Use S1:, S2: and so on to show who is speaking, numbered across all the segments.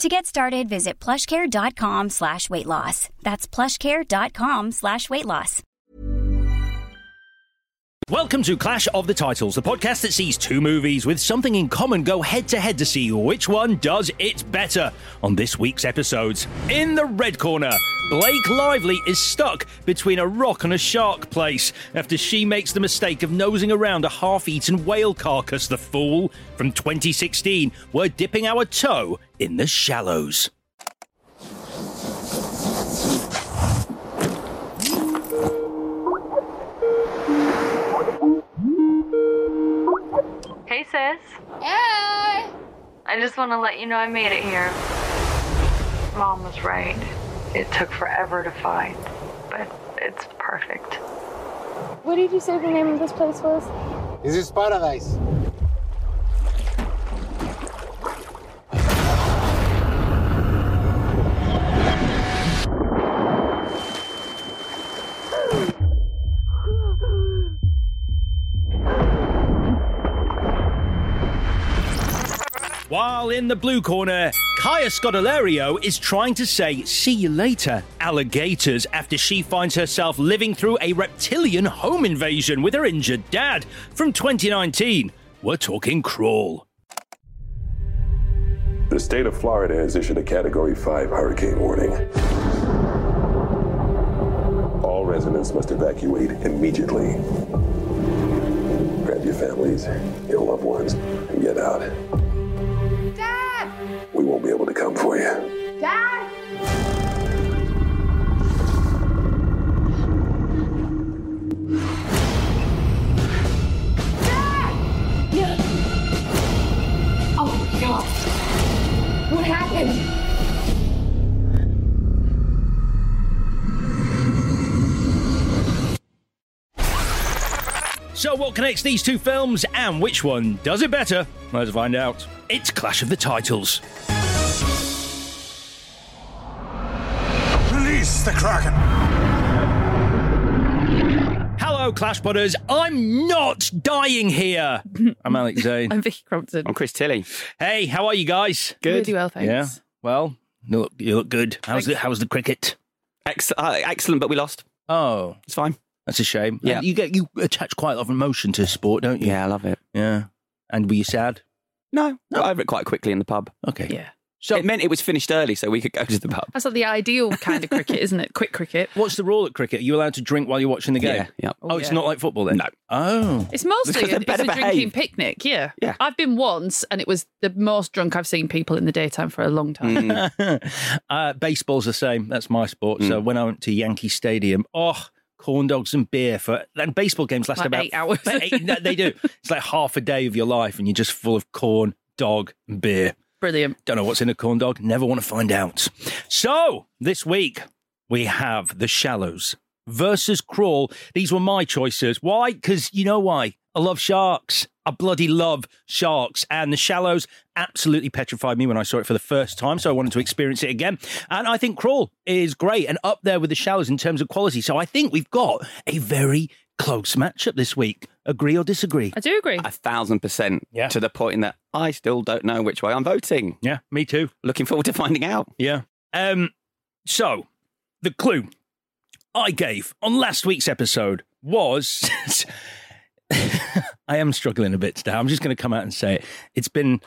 S1: To get started, visit plushcare.com slash weight loss. That's plushcare.com slash weight loss.
S2: Welcome to Clash of the Titles, the podcast that sees two movies with something in common go head to head to see which one does it better. On this week's episodes, in the red corner, Blake Lively is stuck between a rock and a shark place after she makes the mistake of nosing around a half eaten whale carcass, the fool. From 2016, we're dipping our toe in the shallows.
S3: Hey, sis.
S4: Hey!
S3: I just want to let you know I made it here. Mom was right. It took forever to find, but it's perfect.
S4: What did you say the name of this place was?
S5: This is paradise.
S2: While in the blue corner, Kaya Scodelario is trying to say see you later, alligators, after she finds herself living through a reptilian home invasion with her injured dad. From 2019, we're talking crawl.
S6: The state of Florida has issued a Category 5 hurricane warning. All residents must evacuate immediately. Grab your families, your loved ones, and get out.
S4: Dad!
S6: We won't be able to come for you.
S4: Dad! Dad! Yeah. Oh my god. What happened?
S2: So, what connects these two films, and which one does it better? Let's find out. It's Clash of the Titles.
S7: Release the Kraken!
S2: Hello, Clash Potters. I'm not dying here. I'm Alex Zane.
S8: I'm Vicky Crompton.
S9: I'm Chris Tilly.
S2: Hey, how are you guys?
S8: Good. Really well, thanks.
S2: Yeah. Well, you look, you look good. How's the, how's the cricket?
S9: Ex- uh, excellent, but we lost.
S2: Oh,
S9: It's fine.
S2: that's a shame.
S9: Yeah.
S2: And you get you attach quite a lot of emotion to sport, don't you?
S9: I love it.
S2: Yeah. And were you sad?
S9: No, no. over it quite quickly in the pub.
S2: Okay.
S8: Yeah.
S2: So,
S9: it meant it was finished early, so we could go to the pub.
S8: That's like the ideal kind of cricket, isn't it? Quick cricket.
S2: what's the rule at cricket? Are you allowed to drink while you're watching the game?
S9: Yeah, yeah.
S2: Oh, it's
S8: yeah.
S2: not like football then?
S9: No.
S2: Oh.
S8: It's mostly
S9: Because they're
S8: it's
S9: better
S8: a drinking
S9: behaved.
S8: picnic. Yeah.
S9: Yeah.
S8: I've been once, and it was the most drunk I've seen people in the daytime for a long time.
S9: Mm.
S2: uh, baseball's the same. That's my sport. So when I went to Yankee Stadium, oh, corn dogs and beer for and baseball games last
S8: Like
S2: about
S8: eight hours.
S2: eight- no, they do. It's like half a day of your life, and you're just full of corn, dog, and beer.
S8: Brilliant.
S2: Don't know what's in a corn dog. Never want to find out. So this week we have the Shallows versus Crawl. These were my choices. Why? Because you know why. I love sharks. I bloody love sharks, and the shallows absolutely petrified me when I saw it for the first time. So I wanted to experience it again. And I think Crawl is great and up there with the shallows in terms of quality. So I think we've got a very close matchup this week. Agree or disagree?
S10: I do agree.
S9: A thousand percent.
S2: Yeah.
S9: To the point that I still don't know which way I'm voting.
S2: Yeah, me too.
S9: Looking forward to finding out.
S2: Yeah. Um, so the clue I gave on last week's episode was I am struggling a bit today. I'm just going to come out and say it. It's been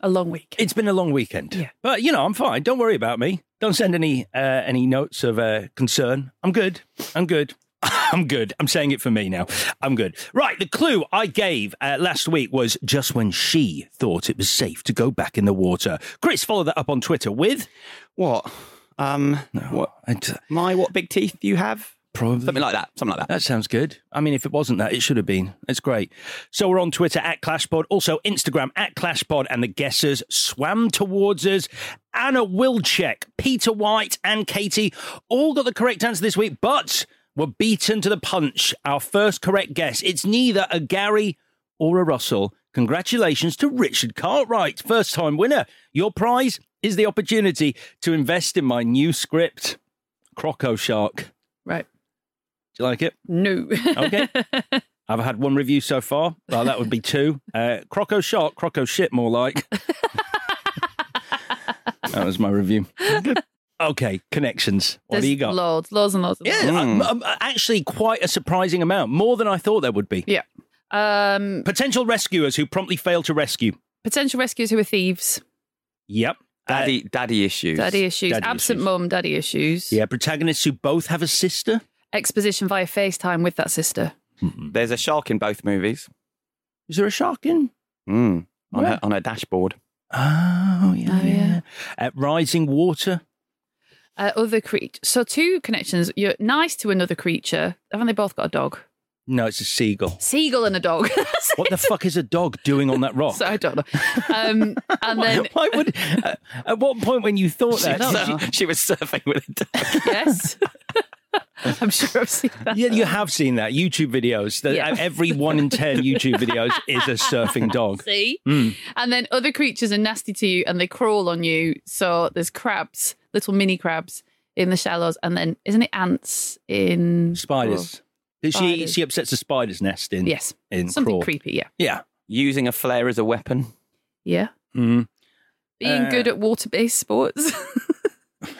S10: a long week.
S2: it's been a long weekend.
S10: Yeah.
S2: But you know, I'm fine. Don't worry about me. Don't send any uh, any notes of uh, concern. I'm good. I'm good. I'm good. I'm saying it for me now. I'm good. Right. The clue I gave uh, last week was just when she thought it was safe to go back in the water. Chris followed that up on Twitter with
S9: What? Um, what?
S2: I d-
S9: My what big teeth you have?
S2: probably
S9: Something like that. Something like that.
S2: That sounds good. I mean, if it wasn't that, it should have been. It's great. So we're on Twitter at ClashPod, also Instagram at ClashPod, and the guessers swam towards us. Anna Wilczek, Peter White, and Katie all got the correct answer this week, but were beaten to the punch. Our first correct guess. It's neither a Gary or a Russell. Congratulations to Richard Cartwright, first time winner. Your prize is the opportunity to invest in my new script, Croco Shark.
S10: Right.
S2: Do you like it?
S10: No.
S2: Okay. I've had one review so far. Well, that would be two. Uh, croco shark, croco shit, more like. that was my review. Okay, connections. What
S10: There's
S2: do you got?
S10: Loads, loads and loads. Of
S2: yeah,
S9: Mm.
S2: um, um, actually, quite a surprising amount. More than I thought there would be.
S10: Yeah. Um,
S2: Potential rescuers who promptly fail to rescue.
S10: potential rescuers who are thieves,
S2: Yep. Uh,
S9: Daddy, daddy issues.
S10: daddy issues,
S2: Daddy
S10: absent
S2: issues.
S10: mum, daddy issues.
S2: yeah, protagonists who both have a sister.
S10: Exposition via FaceTime with that sister.
S9: There's a shark in both movies.
S2: Is there a shark in?
S9: Mm. On,
S2: Where?
S9: her, on her dashboard.
S2: Oh, yeah.
S10: Oh, yeah.
S2: Uh, rising water.
S10: Uh, other creature. So two connections. You're nice to another creature. Haven't they both got a dog?
S2: No, it's a seagull.
S10: Seagull and a dog.
S2: What the fuck is a dog doing on that rock?
S10: so I don't know. Um, and then
S2: Why would? uh, at what point when you thought
S9: She,
S2: that?
S10: No,
S2: did
S10: no.
S9: she, she was surfing with a dog.
S10: yes, I'm sure I've seen that.
S2: you- Yeah, you have seen that YouTube videos. That
S10: Yeah.
S2: every one in ten YouTube videos is a surfing dog.
S10: See?
S2: Mm.
S10: And then other creatures are nasty to you and they crawl on you. So there's crabs, little mini crabs in the shallows. And then, isn't it ants in.
S2: Spiders. She
S10: Spiders.
S2: she upsets a spider's nest in
S10: Yes.
S2: in
S10: Something
S2: crawl.
S10: creepy. Yeah.
S2: Yeah.
S9: Using a flare as a weapon.
S10: Yeah.
S2: Mm.
S10: Being
S2: Uh,
S10: good at water based sports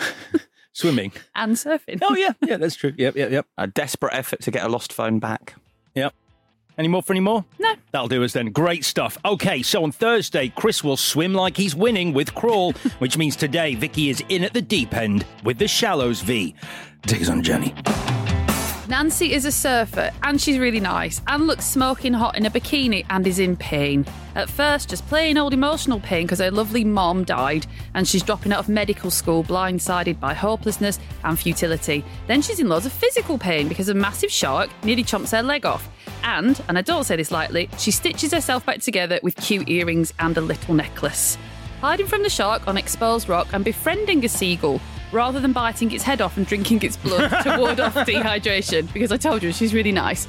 S2: Swimming.
S10: and surfing.
S2: Oh yeah, yeah, that's true. Yep, yep, yep.
S9: A desperate effort to get a lost phone back.
S2: Any more for any more?
S10: No.
S2: That'll do us then. Great stuff. Okay, so on Thursday, Chris will swim like he's winning with Crawl, which means today Vicky is in at the deep end with the Shallows V. Take us on a journey.
S10: Nancy is a surfer and she's really nice and looks smoking hot in a bikini and is in pain. At first, just plain old emotional pain because her lovely mom died and she's dropping out of medical school blindsided by hopelessness and futility. Then she's in loads of physical pain because a massive shark nearly chomps her leg off. And, and I don't say this lightly, she stitches herself back together with cute earrings and a little necklace. Hiding from the shark on exposed rock and befriending a seagull rather than biting its head off and drinking its blood to ward off dehydration, because I told you she's really nice.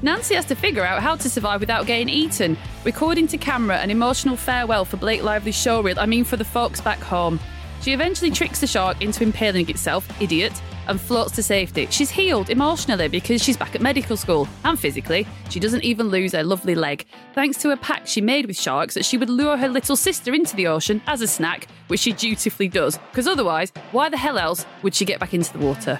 S10: Nancy has to figure out how to survive without getting eaten, recording to camera an emotional farewell for Blake Lively's showreel, I mean for the folks back home. She eventually tricks the shark into impaling itself, idiot, and floats to safety. She's healed emotionally because she's back at medical school and physically. She doesn't even lose her lovely leg, thanks to a pact she made with sharks that she would lure her little sister into the ocean as a snack, which she dutifully does, because otherwise, why the hell else would she get back into the water?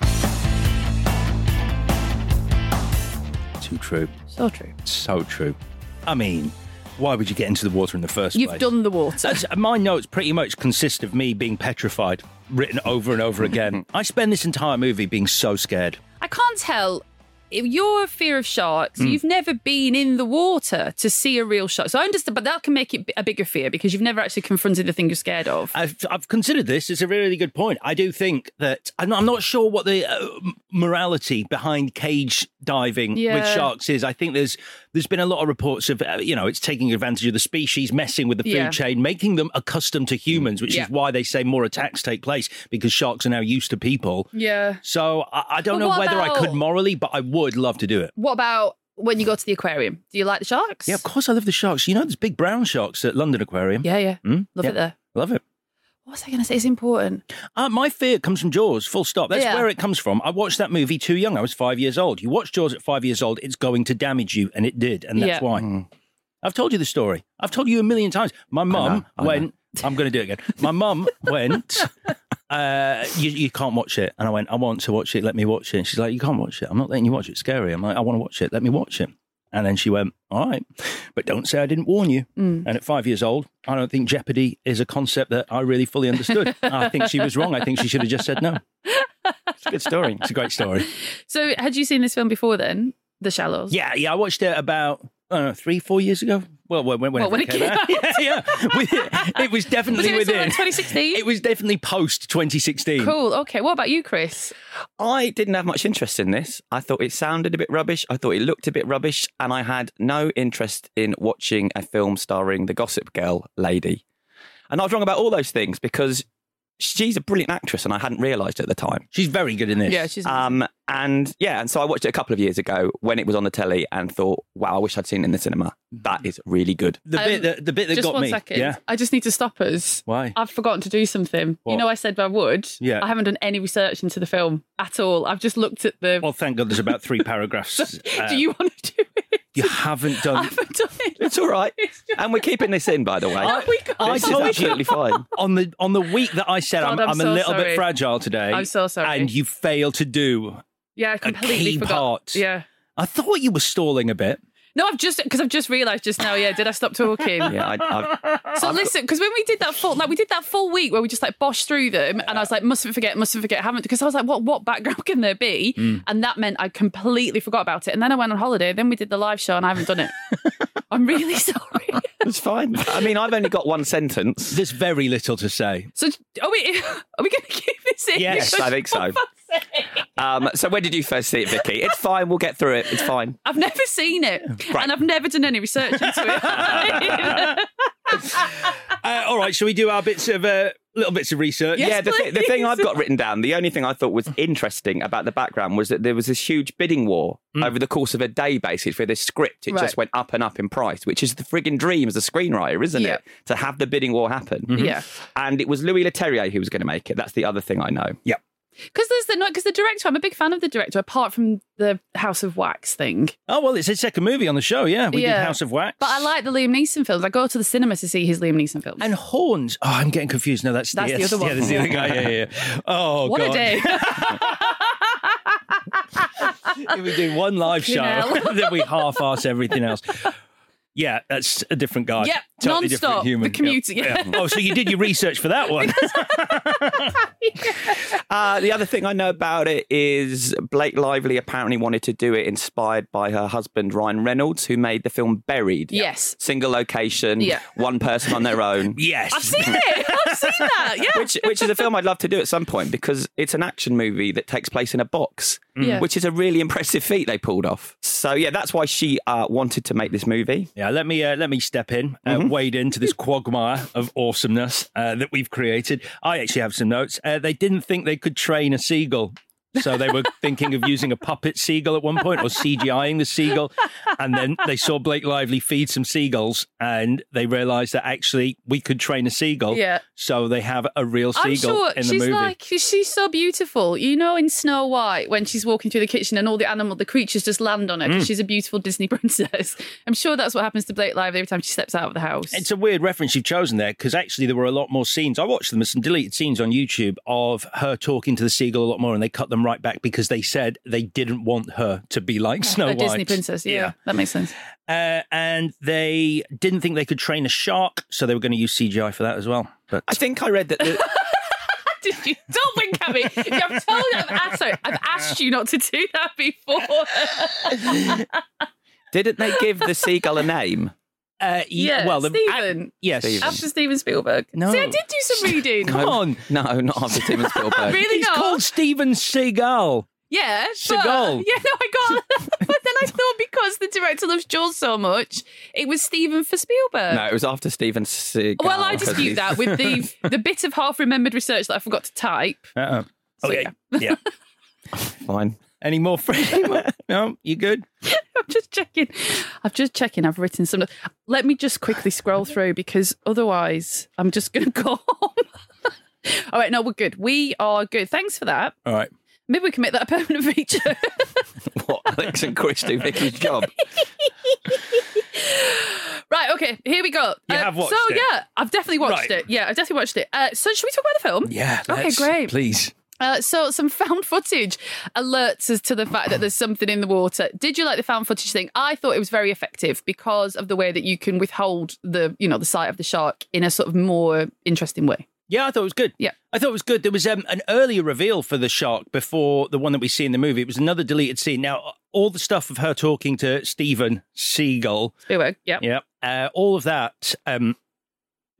S2: Too true.
S10: So true.
S2: So true. I mean, why would you get into the water in the first
S10: You've
S2: place?
S10: done the water.
S2: That's, uh, my notes pretty much consist of me being petrified, written over and over again. I spend this entire movie being so scared.
S10: I can't tell. If Your fear of sharks,
S2: Hmm.
S10: you've never been in the water to see a real shark. So I understand, but that can make it a bigger fear because you've never actually confronted the thing you're scared of.
S2: I've, I've considered this. It's a really good point. I do think that I'm not, I'm not sure what the uh, m- morality behind cage diving with
S10: Yeah.
S2: sharks is. I think there's there's been a lot of reports of uh, you know it's taking advantage of the species, messing with the food
S10: Yeah.
S2: chain, making them accustomed to humans, which
S10: Yeah.
S2: is why they say more attacks take place because sharks are now used to people.
S10: yeah.
S2: So I, I don't
S10: But
S2: know
S10: what
S2: whether I could
S10: about-
S2: morally, but I would love to do it.
S10: What about when you go to the aquarium. Do you like the sharks?
S2: Yeah, of course I love the sharks. You know, there's big brown sharks at London Aquarium.
S10: Yeah, yeah.
S2: Mm?
S10: Love
S2: Yeah.
S10: it there.
S2: Love it.
S10: What was I going to say? It's important.
S2: Uh, my fear comes from Jaws, full stop. That's
S10: Yeah.
S2: where it comes from. I watched that movie too young. I was five years old. You watch Jaws at five years old, it's going to damage you, and it did, and
S10: Yeah.
S2: that's why. I've told you the story. I've told you a million times. My mum
S9: I know.
S2: went, I'm going to do it again. My mum went, uh, you, you can't watch it. And I went, I want to watch it. Let me watch it. And she's like, You can't watch it. I'm not letting you watch it. It's scary. I'm like, I want to watch it. Let me watch it. And then she went, All right, but don't say I didn't warn you.
S10: Mm.
S2: And at five years old, I don't think Jeopardy is a concept that I really fully understood. I think she was wrong. I think she should have just said no.
S9: It's a good story.
S2: It's a great story.
S10: So, had you seen this film before then? The Shallows?
S2: Yeah, yeah. I watched it about I don't know, three, four years ago. Well, when, when,
S10: Well, when
S2: it
S10: it
S2: came
S10: came
S2: out. yeah, yeah. With- it was
S10: Was
S2: definitely
S10: it
S2: within.
S10: in 2016?
S2: It was definitely post 2016.
S10: Cool. Okay. What about you, Chris?
S9: I didn't have much interest in this. I thought it sounded a bit rubbish. I thought it looked a bit rubbish. And I had no interest in watching a film starring the Gossip Girl lady. And I was wrong about all those things because she's a brilliant actress and I hadn't realised at the time.
S2: She's very good in this.
S10: Yeah, she's.
S9: Um, and yeah, and so I watched it a couple of years ago when it was on the telly and thought, wow, I wish I'd seen it in the cinema. That is really good.
S2: The
S10: Um,
S2: bit that the bit that
S10: just
S2: got
S10: one
S2: me.
S10: second.
S2: Yeah.
S10: I just need to stop us.
S2: Why?
S10: I've forgotten to do something.
S2: What?
S10: You know, I said I would.
S2: Yeah.
S10: I haven't done any research into the film at all. I've just looked at the.
S2: Well, thank God there's about three paragraphs. Uh,
S10: do you want to do it?
S2: you haven't
S10: I
S2: done
S10: haven't done it.
S9: It's all right. And we're keeping this in, by the way.
S10: Oh my God.
S9: This
S2: I
S9: is
S2: told you.
S9: absolutely fine.
S2: on the on the week that I said
S10: God,
S2: I'm,
S10: I'm
S2: I'm a
S10: so
S2: little bit
S10: sorry.
S2: fragile today.
S10: I'm so sorry.
S2: And you failed to do.
S10: Yeah, I completely
S2: key
S10: forgot.
S2: part.
S10: Yeah.
S2: I thought you were stalling a bit.
S10: No, I've just because I've just realised just now. Yeah, did I stop talking?
S9: Yeah, I, I've,
S10: So listen, because when we did that full, like we did that full week where we just like boshed through them, and I was like, mustn't forget, mustn't forget, haven't, because I was like, what, what background can there be?
S9: Mm.
S10: And that meant I completely forgot about it. And then I went on holiday. Then we did the live show, and I haven't done it. I'm really sorry.
S9: it's fine. I mean, I've only got one sentence.
S2: There's very little to say.
S10: So are we are we going to keep this in?
S2: Yes,
S9: I think so. Um, so when did you first see it, Vicky? It's fine. We'll get through it. It's fine.
S10: I've never seen it,
S9: Right.
S10: and I've never done any research into it.
S2: Uh, all right, shall we do our bits of uh, little bits of research?
S10: Yes,
S9: yeah, the, thi- the
S10: please.
S9: thing I've got written down, the only thing I thought was interesting about the background was that there was this huge bidding war
S2: Mm.
S9: over the course of a day, basically, for this script. It just
S10: Right.
S9: went up and up in price, which is the frigging dream as a screenwriter, isn't
S10: Yeah.
S9: it? To have the bidding war happen.
S10: yeah.
S9: And it was Louis Leterrier who was going to make it. That's the other thing I know.
S2: Yeah.
S10: Because there's the because the director. I'm a big fan of the director, apart from the House of Wax thing.
S2: Oh well, it's his second movie on the show. Yeah, we did
S10: Yeah.
S2: House of Wax.
S10: But I like the Liam Neeson films. I go to the cinema to see his Liam Neeson films.
S2: and Horns. Oh, I'm getting confused. No, that's,
S10: That's the other one.
S2: Yeah, that's the other guy. Yeah, yeah. yeah. Oh
S10: what
S2: god,
S10: a day!
S2: If we do one live show,
S10: Fucking
S2: then we half-ass everything else. Yeah, that's a different guy.
S10: Yep,
S2: totally different
S10: non-stop,
S2: human.
S10: the commuter, yeah.
S2: Oh, so you did your research for that one.
S9: Uh, the other thing I know about it is Blake Lively apparently wanted to do it inspired by her husband Ryan Reynolds, who made the film Buried.
S10: Yes.
S9: Single location,
S10: Yeah.
S9: one person on their own.
S2: yes,
S10: I've seen it. I've seen that. Yeah.
S9: Which, which is a film I'd love to do at some point because it's an action movie that takes place in a box,
S10: Mm. Yeah.
S9: which is a really impressive feat they pulled off. So, yeah, that's why she uh, wanted to make this movie.
S2: Yeah, let me uh, let me step in, uh,
S10: Mm-hmm.
S2: wade into this quagmire of awesomeness uh, that we've created. I actually have some notes. Uh, they didn't think they could train a seagull, so they were thinking of using a puppet seagull at one point or CGIing the seagull. And then they saw Blake Lively feed some seagulls, and they realised that actually we could train a seagull.
S10: Yeah.
S2: So they have a real
S10: I'm
S2: seagull
S10: sure
S2: in the
S10: she's
S2: movie.
S10: like she's so beautiful. You know, in Snow White when she's walking through the kitchen and all the animal, the creatures just land on her
S9: Mm.
S10: because she's a beautiful Disney princess. I'm sure that's what happens to Blake Lively every time she steps out of the house.
S2: It's a weird reference you've chosen there because actually there were a lot more scenes. I watched them as some deleted scenes on YouTube of her talking to the seagull a lot more, and they cut them right back because they said they didn't want her to be like Snow
S10: a
S2: White,
S10: Disney princess. Yeah, that makes sense.
S2: Yeah. Uh, and they didn't think they could train a shark, so they were going to use CGI for that as well. Uh, But
S9: I think I read that. The,
S10: Did you? Don't wink at me. I've told. I've asked, sorry, I've asked you not to do that before.
S9: didn't they give the seagull a name?
S2: uh,
S10: Yeah,
S2: well, the,
S10: Stephen.
S2: yes,
S9: Stephen.
S10: After Steven Spielberg.
S2: No.
S10: See, I did do some reading.
S2: come on,
S9: No, not after Steven Spielberg.
S10: Really
S2: he's
S10: not?
S2: called Steven Seagal.
S10: Yeah. but-
S2: Seagal.
S10: Yeah, no, I got But then I thought because the director loves Jaws so much, it was Steven for Spielberg.
S9: No, it was after Steven Seagal.
S10: Well, I
S9: 'cause
S10: dispute
S9: he's-
S10: that with the the bit of half remembered research that I forgot to type.
S2: Uh-uh.
S10: So,
S2: Okay, yeah.
S9: Fine.
S2: Any more? Fre- no, you good?
S10: I'm just checking. I'm just checking. I've written some. Let me just quickly scroll through because otherwise I'm just going to go home. All right, no, we're good. We are good. Thanks for that.
S2: All right.
S10: Maybe we can make that a permanent feature.
S9: what Alex and Chris do Vicky's job.
S10: right, okay, here we go. Uh,
S2: You have watched
S10: so,
S2: it.
S10: yeah, I've definitely watched
S2: Right.
S10: it. Yeah, I've definitely watched it. Uh, so, should we talk about the film?
S2: Yeah.
S10: Okay,
S2: let's-
S10: great.
S2: Please.
S10: Uh, so, some found footage alerts us to the fact that there's something in the water. Did you like the found footage thing? I thought it was very effective because of the way that you can withhold the, you know, the sight of the shark in a sort of more interesting way.
S2: Yeah, I thought it was good.
S10: Yeah.
S2: I thought it was good. There was um, an earlier reveal for the shark before the one that we see in the movie. It was another deleted scene. Now, all the stuff of her talking to Stephen Seagull,
S10: Spielberg, yeah.
S2: yeah, uh, all of that um,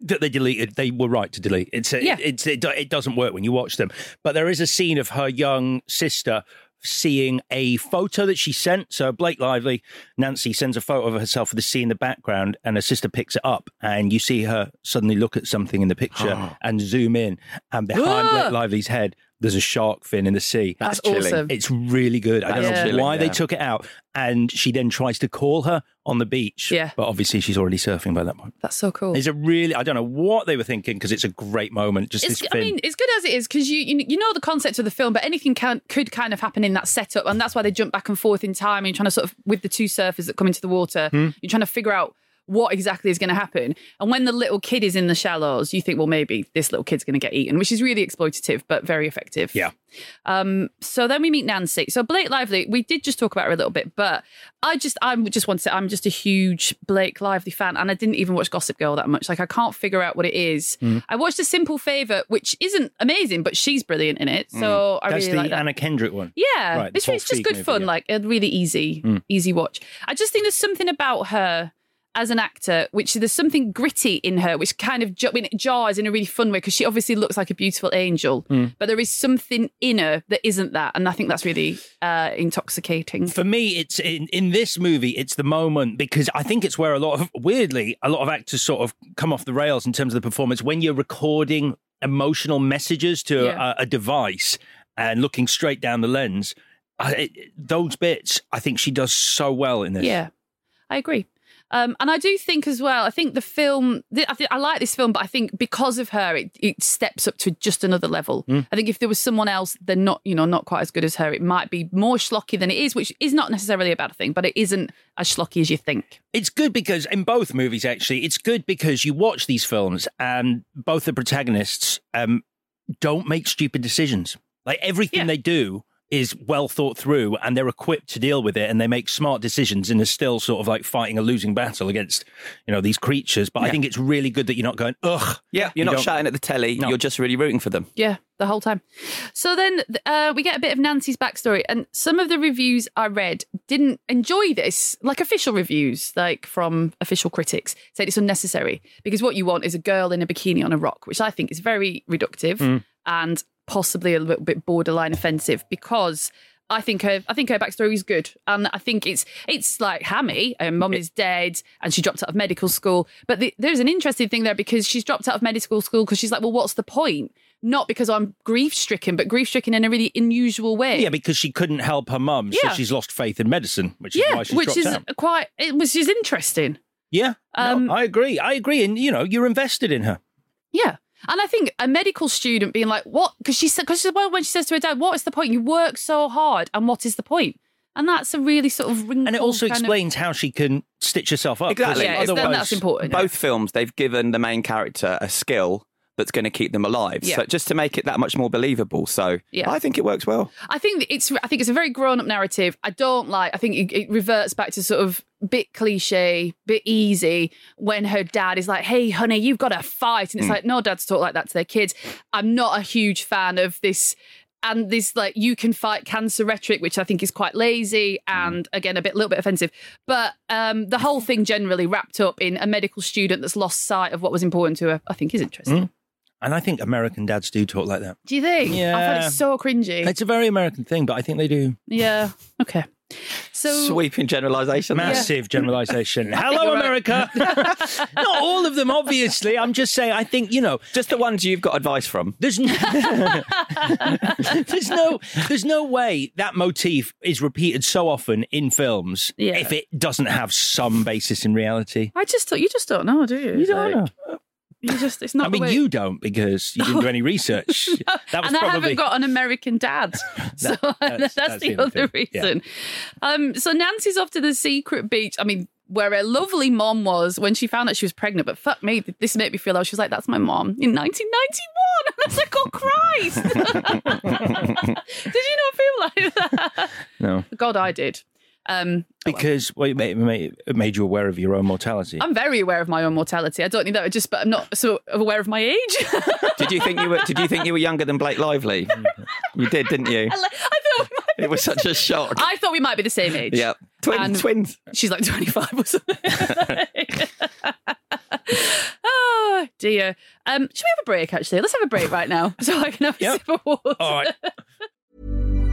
S2: that they deleted, they were right to delete. It's a,
S10: Yeah.
S2: it's it, do- it doesn't work when you watch them. But there is a scene of her young sister seeing a photo that she sent. So Blake Lively, Nancy sends a photo of herself with the sea in the background, and her sister picks it up, and you see her suddenly look at something in the picture and zoom in, and behind
S10: Ah!
S2: Blake Lively's head. There's a shark fin in the sea.
S10: That's
S9: chilling.
S10: awesome.
S2: It's really good. I don't
S10: That's
S2: know
S9: chilling,
S2: why they
S9: yeah.
S2: took it out. And she then tries to call her on the beach.
S10: Yeah.
S2: But obviously, she's already surfing by that point.
S10: That's so cool.
S2: It's a really, I don't know what they were thinking because it's a great moment. Just
S10: It's,
S2: this
S10: I
S2: fin.
S10: mean, it's good as it is because you, you you know the concept of the film, but anything can could kind of happen in that setup, and that's why they jump back and forth in time. And you're trying to sort of with the two surfers that come into the water, you're trying to figure out what exactly is going to happen. And when the little kid is in the shallows, you think, well, maybe this little kid's going to get eaten, which is really exploitative but very effective.
S2: yeah.
S10: So then we meet Nancy. So Blake Lively, we did just talk about her a little bit, but I just I'm just want to say I'm just a huge Blake Lively fan, and I didn't even watch Gossip Girl that much. Like I can't figure out what it is. I watched A Simple Favor, which isn't amazing, but she's brilliant in it. So I
S2: That's
S10: really
S2: the
S10: like that.
S2: Anna Kendrick one.
S10: yeah,
S2: Right, the
S10: it's,
S2: Paul
S10: it's just
S2: Feig
S10: good
S2: movie,
S10: fun,
S2: yeah.
S10: like a really easy,
S9: Mm.
S10: easy watch. I just think there's something about her as an actor, which there's something gritty in her, which kind of j- I mean, it jars in a really fun way because she obviously looks like a beautiful angel, but there is something in her that isn't that, and I think that's really uh, intoxicating.
S2: For me, it's in, in this movie, it's the moment because I think it's where a lot of, weirdly, a lot of actors sort of come off the rails in terms of the performance. When you're recording emotional messages to
S10: Yeah.
S2: a, a device and looking straight down the lens, I, it, those bits, I think she does so well in this.
S10: Yeah, I agree. Um, and I do think as well. I think the film. th- I, think I like this film, but I think because of her, it, it steps up to just another level. I think if there was someone else, they're not, you know, not quite as good as her. It might be more schlocky than it is, which is not necessarily a bad thing, but it isn't as schlocky as you think.
S2: It's good because in both movies, actually, it's good because you watch these films and both the protagonists um, don't make stupid decisions. Like everything
S10: Yeah.
S2: they do is well thought through and they're equipped to deal with it and they make smart decisions and are still sort of like fighting a losing battle against, you know, these creatures. But I think it's really good that you're not going, ugh.
S9: Yeah,
S2: You
S9: you're not
S2: don't-
S9: shouting at the telly.
S2: No.
S9: You're just really rooting for them.
S10: Yeah, the whole time. So then uh, we get a bit of Nancy's backstory, and some of the reviews I read didn't enjoy this, like official reviews, like from official critics, said it's unnecessary because what you want is a girl in a bikini on a rock, which I think is very reductive and possibly a little bit borderline offensive because. I think her, I think her backstory is good, and I think it's it's like hammy. Her mum is dead, and she dropped out of medical school. But the, there's an interesting thing there because she's dropped out of medical school because she's like, well, what's the point? Not because I'm grief stricken, but grief stricken in a really unusual way.
S2: Yeah, because she couldn't help her mum.
S10: Yeah.
S2: So she's lost faith in medicine, which is
S10: Yeah,
S2: why she's
S10: which
S2: dropped
S10: is
S2: out.
S10: quite, it was just interesting.
S2: Yeah. no,
S10: Um,
S2: I agree. I agree. And, you know, you're invested in her.
S10: Yeah. And I think a medical student being like, what? Because she said, because well, when she says to her dad, what is the point? You work so hard, and what is the point? And that's a really sort of wrinkled
S2: And it also
S10: kind of-
S2: explains how she can stitch herself up. doesn't
S9: Exactly.
S2: it?
S10: yeah, it's- then
S2: Otherwise-
S10: that's important.
S9: Both films, they've given the main character a skill that's going to keep them alive.
S10: Yeah.
S9: So just to make it that much more believable. So
S10: Yeah.
S9: I think it works well.
S10: I think it's I think it's a very grown up narrative. I don't like. I think it, it reverts back to sort of bit cliche, bit easy when her dad is like, "Hey, honey, you've got to fight," and it's like, "No, dads talk like that to their kids." I'm not a huge fan of this. And this, like, you can fight cancer rhetoric, which I think is quite lazy and again a bit, little bit offensive. But um, the whole thing generally wrapped up in a medical student that's lost sight of what was important to her, I think is interesting.
S2: And I think American dads do talk like that.
S10: Do you think? I
S2: Yeah.
S10: find it so cringy.
S2: It's a very American thing, but I think they do.
S10: Yeah. Okay.
S8: so
S9: Sweeping generalisation. there.
S2: Massive generalisation.
S8: you're
S2: Hello,
S8: right.
S2: America. Not all of them, obviously. I'm just saying. I think you know.
S9: Just the ones you've got advice from.
S2: There's no, there's no there's no way that motif is repeated so often in films
S8: Yeah.
S2: if it doesn't have some basis in reality.
S8: I just thought you just don't know, do you?
S2: You don't
S8: Like, You just it's not.
S2: I
S8: the
S2: mean,
S8: way-
S2: you don't because you didn't do any research. That was
S8: and I
S2: probably
S8: haven't got an American dad. So
S2: that's-
S8: that's,
S2: that's
S8: the,
S2: the other
S8: other
S2: thing, yeah.
S8: reason. Um, so Nancy's off to the secret beach. I mean, where her lovely mom was when she found out she was pregnant. But fuck me, th- this made me feel like she was like, that's my mom in 1991. And I was like, oh, Christ. did you not feel like that?
S2: no
S8: God, I did. Um,
S2: because well, it, made, it made- it made you aware of your own mortality.
S8: I'm very aware of my own mortality. I don't need that. I Just, but I'm not so aware of my age.
S9: Did you think you were? Did you think you were younger than Blake Lively? you did, didn't you?
S8: I thought we might,
S9: It was such a shock.
S8: I thought we might be the same age.
S9: yeah, twins.
S8: And-
S9: twins.
S8: She's like 25 or something. oh, dear. Um, should we have a break, actually? Let's have a break right now so I can have a
S2: Yep.
S8: sip of water.
S2: all right.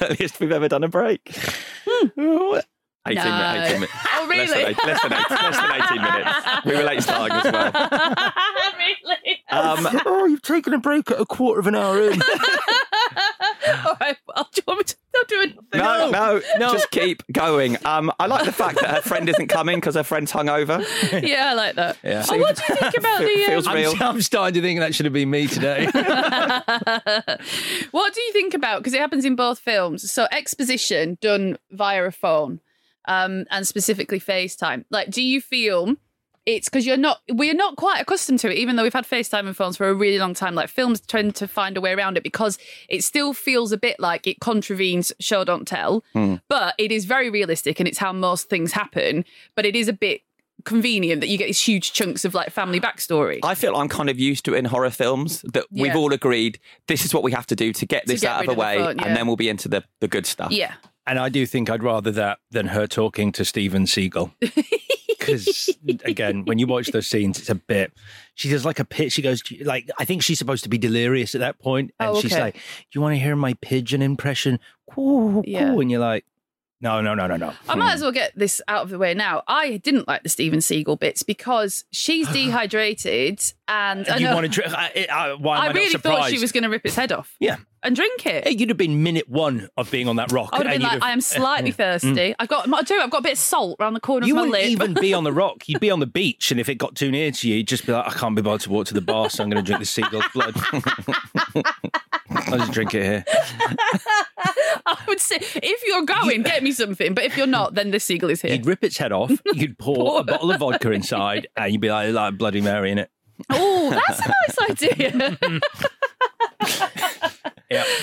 S9: Earliest we've ever done a break. 18, mi- 18
S8: Hmm. No.
S9: minutes.
S8: Oh,
S9: Less than,
S8: really?
S9: eight, less, than eight, less than 18 minutes. We were late starting as well.
S8: really?
S9: Um,
S2: oh, you've taken a break at a quarter of an hour in.
S8: All right. Well, do you want me to I'll do it?
S9: no, no, Just keep going. Um, I like the fact that her friend isn't coming because her friend's hungover.
S8: Yeah, I like that.
S2: Yeah.
S8: Oh, what do you think about the?
S9: Feels
S8: um,
S9: real.
S2: I'm, I'm starting to think that should have been me today.
S8: what do you think about? Because it happens in both films. So exposition done via a phone, um, and specifically FaceTime. Like, do you feel it's because you're not? We're not quite accustomed to it, even though we've had FaceTime and phones for a really long time. Like, films tend to find a way around it because it still feels a bit like it contravenes show don't tell, but it is very realistic and it's how most things happen. But it is a bit convenient that you get these huge chunks of like family backstory.
S9: I feel I'm kind of used to it in horror films that we've
S8: Yeah.
S9: all agreed this is what we have to do to get
S8: To
S9: this
S8: get
S9: out of
S8: rid
S9: the
S8: of the
S9: way,
S8: phone, yeah.
S9: and then we'll be into the, the good stuff.
S8: yeah.
S2: and I do think I'd rather that than her talking to Steven Seagal. Because again, when you watch those scenes, it's a bit. She does like a pit. She goes like, I think she's supposed to be delirious at that point, and
S8: Oh,
S2: she's
S8: okay.
S2: like, "Do you want to hear my pigeon impression?" Cool,
S8: Yeah.
S2: And you're like, "No, no, no, no, no."
S8: I might as well get this out of the way now. I didn't like the Steven Seagal bits because she's dehydrated and, I
S2: And you
S8: know-
S2: want to? I, I, why am I,
S8: I
S2: not
S8: really thought
S2: surprised?
S8: she was going to rip its head off
S2: Yeah,
S8: and drink it.
S2: Hey, you'd have been minute one of being on that rock.
S8: I would have
S2: and
S8: been
S2: you'd
S8: like, I am slightly thirsty. I've got, I do. I've got a bit of salt around the corner
S2: Mm. You
S8: of my
S2: wouldn't
S8: lip.
S2: even be on the rock. You'd be on the beach, and if it got too near to you, you'd just be like, "I can't be bothered to walk to the bar, so I'm going to drink the seagull's blood." I'll just drink it here.
S8: I would say, if you're going, get me something. But if you're not, then the seagull is here.
S2: You'd rip its head off. You'd pour, a bottle of vodka inside, and you'd be like, like Bloody Mary in it.
S8: Oh, that's a nice idea.
S2: Yeah.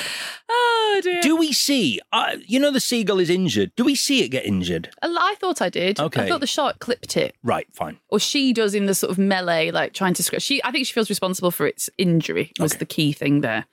S8: Oh dear.
S2: Do we see? Uh, you know, the seagull is injured. Do we see it get injured?
S8: I thought I did.
S2: Okay.
S8: I thought the shark clipped it.
S2: Right, fine.
S8: Or she does in the sort of melee, like trying to scratch. She, I think she feels responsible for its injury. Was the key thing there.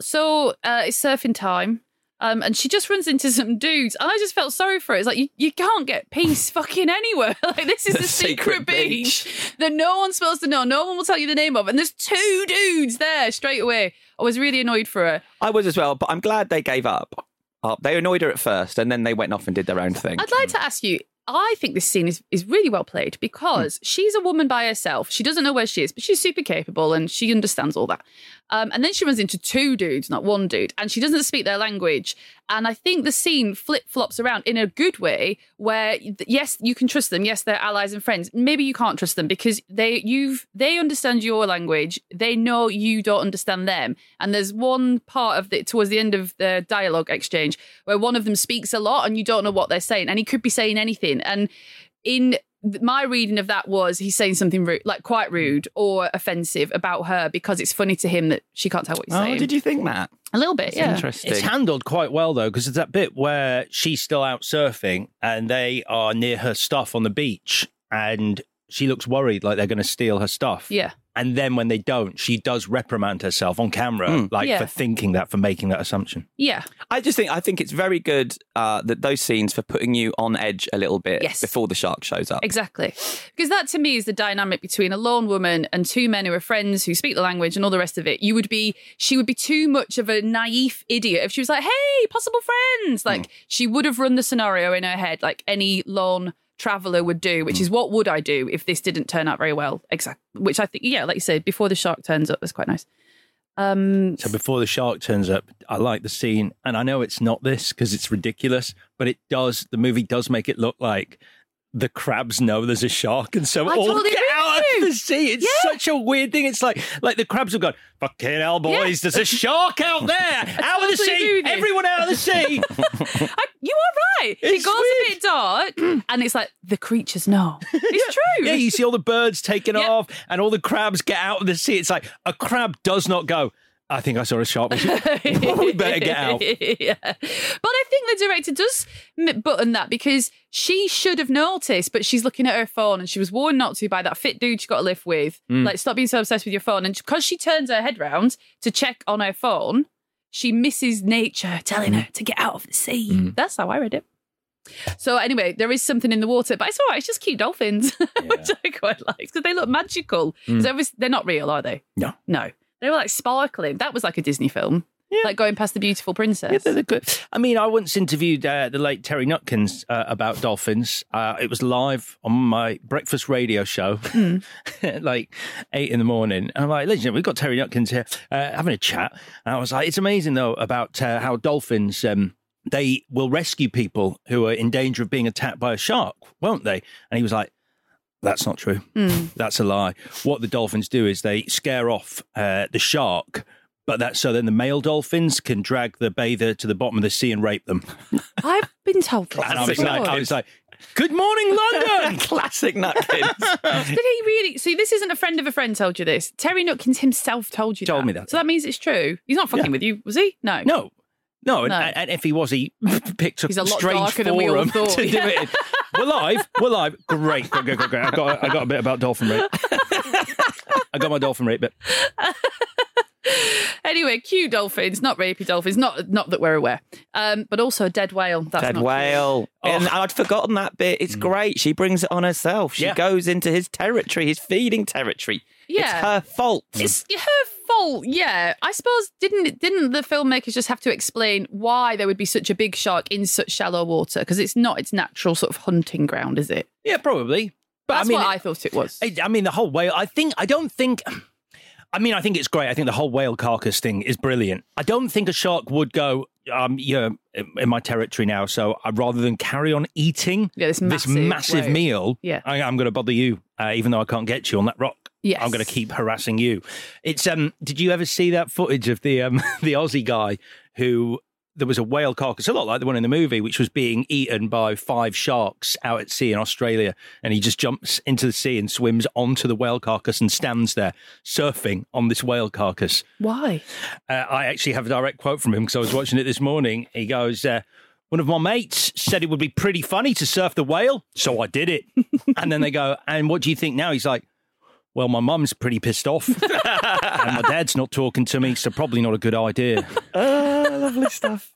S8: So uh, it's surfing time, um, and she just runs into some dudes, and I just felt sorry for her. It's like you, you can't get peace fucking anywhere. like this is
S9: The
S8: the, secret,
S9: secret
S8: beach. that no one's supposed to know. No one will tell you the name of, and there's two dudes there straight away. I was really annoyed for her.
S9: I was as well, but I'm glad they gave up. Uh, they annoyed her at first, and then they went off and did their own thing.
S8: I'd like to ask you. I think this scene is, is really well played because she's a woman by herself. She doesn't know where she is, but she's super capable and she understands all that. Um, and then she runs into two dudes, not one dude, and she doesn't speak their language. And I think the scene flip flops around in a good way where yes, you can trust them. Yes, they're allies and friends. Maybe you can't trust them because they you've they understand your language. They know you don't understand them. And there's one part of the towards the end of the dialogue exchange where one of them speaks a lot and you don't know what they're saying, and he could be saying anything. And in th- my reading of that was he's saying something rude, like quite rude or offensive about her because it's funny to him that she can't tell what he's saying.
S9: Oh, did you think that?
S8: A little bit, yeah.
S2: It's handled quite well though, because it's that bit where she's still out surfing and they are near her stuff on the beach, and she looks worried like they're going to steal her stuff.
S8: Yeah.
S2: And then when they don't, she does reprimand herself on camera, like
S8: Hmm. Yeah.
S2: for thinking that, for making that assumption.
S8: Yeah.
S9: I just think I think it's very good uh, that those scenes for putting you on edge a little bit
S8: Yes.
S9: before the shark shows up.
S8: Exactly. Because that to me is the dynamic between a lone woman and two men who are friends who speak the language and all the rest of it. You would be, she would be too much of a naive idiot if she was like, hey, possible friends. Like she would have run the scenario in her head like any lone traveler would do, which is what would I do if this didn't turn out very well? Exactly. Which I think, yeah, like you said, before the shark turns up, that's quite nice. Um,
S2: So before the shark turns up, I like the scene, and I know it's not this because it's ridiculous, but it does. The movie does make it look like the crabs know there's a shark, and so
S8: I
S2: all
S8: totally
S2: get
S8: agree
S2: out
S8: with
S2: of
S8: you.
S2: the sea. It's
S8: Yeah.
S2: such a weird thing. It's like like the crabs have gone, fucking hell, boys,
S8: Yeah.
S2: there's a shark out there, out of the
S8: totally agree
S2: sea,
S8: with you.
S2: everyone out of the sea.
S8: I, you are right. it
S2: It's
S8: goes
S2: weird.
S8: a bit dark and it's like, the creatures know. It's true.
S2: yeah, you see all the birds taken
S8: Yep.
S2: off, and all the crabs get out of the sea. It's like a crab does not go. I think I saw a shark. We should- we better get out.
S8: yeah. But I think the director does m- button that because she should have noticed, but she's looking at her phone and she was warned not to by that fit dude she got to live with.
S11: Mm.
S8: Like, stop being so obsessed with your phone. And because she turns her head round to check on her phone, she misses nature telling
S2: Mm.
S8: her to get out of the sea. That's how I read it. So anyway, there is something in the water, but it's all right. It's just cute dolphins, which I quite like because they look magical.
S2: Mm.
S8: So obvious- they're not real, are they?
S2: No.
S8: No. They were like sparkling. That was like a Disney film. Like going past the beautiful princess.
S2: Yeah, they're the good. I mean, I once interviewed uh, the late Terry Nutkins uh, about dolphins. Uh, it was live on my breakfast radio show, like eight in the morning. And I'm like, listen, we've got Terry Nutkins here uh, having a chat. And I was like, it's amazing though about uh, how dolphins. Um, they will rescue people who are in danger of being attacked by a shark, won't they? And he was like, that's not true.
S8: Hmm.
S2: That's a lie. What the dolphins do is they scare off uh, the shark, but that so then the male dolphins can drag the bather to the bottom of the sea and rape them.
S8: I've been told this.
S2: And I was
S8: before.
S2: like, I was like, "Good morning, London."
S9: Classic Nutkins.
S8: Did he really? See, this isn't a friend of a friend told you this. Terry Nutkins himself told you.
S2: Told
S8: that.
S2: me that.
S8: So that means it's true. He's not fucking
S2: Yeah.
S8: with you, was he? No.
S2: no, no, and,
S8: No.
S2: and if he was, he picked a,
S8: He's a lot
S2: strange
S8: darker than
S2: forum
S8: we all thought.
S2: to do it. in. We're live. We're live. Great, great, great, great. great. I got, I got a bit about dolphin rape. I got my dolphin rape bit.
S8: Anyway, cute dolphins, not rapey dolphins, not not that we're aware. Um, but also a dead whale. That's
S9: Dead
S8: not
S9: whale. And
S2: Oh,
S9: I'd forgotten that bit. It's great. She brings it on herself. She
S8: Yeah.
S9: goes into his territory, his feeding territory.
S8: Yeah.
S9: It's her fault.
S8: It's her fault, yeah. I suppose didn't didn't the filmmakers just have to explain why there would be such a big shark in such shallow water? Because it's not its natural sort of hunting ground, is it?
S2: Yeah, probably. But
S8: That's
S2: I mean,
S8: what I thought it was.
S2: I, I mean, the whole whale. I think. I don't think. I mean, I think it's great. I think the whole whale carcass thing is brilliant. I don't think a shark would go. Um, you're in my territory now, so I, rather than carry on eating
S8: Yeah, this massive
S2: massive
S8: whale.
S2: meal,
S8: Yeah.
S2: I, I'm going to bother you, uh, even though I can't get you on that rock.
S8: Yes.
S2: I'm going to keep harassing you. It's um. Did you ever see that footage of the um the Aussie guy who there was a whale carcass, a lot like the one in the movie, which was being eaten by five sharks out at sea in Australia. And he just jumps into the sea and swims onto the whale carcass and stands there surfing on this whale carcass.
S8: Why?
S2: Uh, I actually have a direct quote from him because I was watching it this morning. He goes, uh, one of my mates said it would be pretty funny to surf the whale, so I did it. and then they go, and what do you think now? He's like, well, my mum's pretty pissed off, and my dad's not talking to me, so probably not a good idea.
S9: Ah, lovely stuff.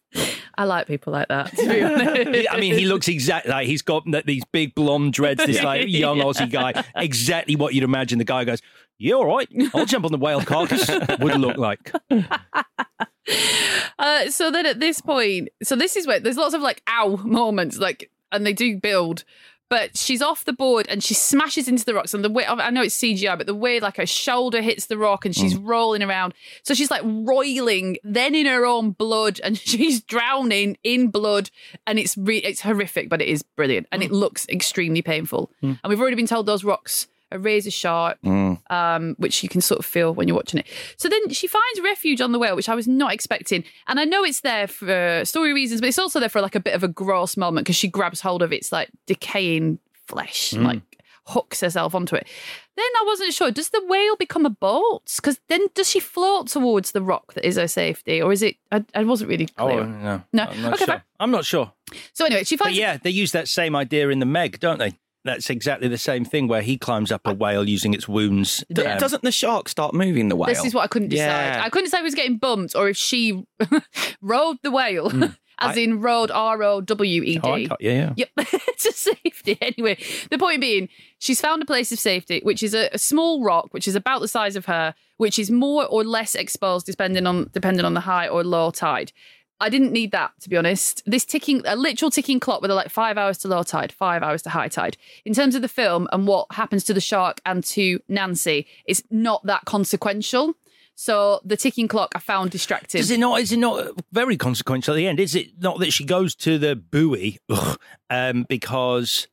S8: I like people like that. To be honest.
S2: I mean, he looks exactly like he's got these big blonde dreads. This like young Aussie guy, exactly what you'd imagine. The guy goes, "You all right? I'll jump on the whale carcass." Would look like.
S8: Uh, so then at this point, so this is where there's lots of like ow moments, like, and they do build but she's off the board and she smashes into the rocks and the way I know it's CGI, but the way like her shoulder hits the rock and she's mm. rolling around, so she's like roiling, then in her own blood and she's drowning in blood, and it's re- it's horrific, but it is brilliant and mm. it looks extremely painful. Mm. And we've already been told those rocks a razor sharp, mm. um, which you can sort of feel when you're watching it. So then she finds refuge on the whale, which I was not expecting. And I know it's there for story reasons, but it's also there for like a bit of a gross moment because she grabs hold of its like decaying flesh, mm. like hooks herself onto it. Then I wasn't sure. Does the whale become a boat? Because then does she float towards the rock that is her safety, or is it? I, I wasn't really clear.
S2: Oh no,
S8: no.
S2: I'm not
S8: okay,
S2: sure.
S8: fine.
S2: I'm not sure.
S8: So anyway, she finds.
S2: But yeah, they use that same idea in the Meg, don't they? that's exactly the same thing where he climbs up a whale using its wounds.
S9: D- um, doesn't the shark start moving the whale?
S8: This is what I couldn't decide.
S9: Yeah.
S8: I couldn't decide who was getting bumped or if she rode the whale. Mm. As I, in rode R O W E D.
S2: Oh, yeah, yeah.
S8: Yep. to safety. Anyway, the point being, she's found a place of safety, which is a, a, small rock, which is about the size of her, which is more or less exposed depending on depending on the high or low tide. I didn't need that to be honest. This ticking, a literal ticking clock with like five hours to low tide, five hours to high tide. In terms of the film and what happens to the shark and to Nancy, it's not that consequential. So the ticking clock I found distracting.
S2: Is it not? Is it not very consequential at the end? Is it not that she goes to the buoy ugh, um, because?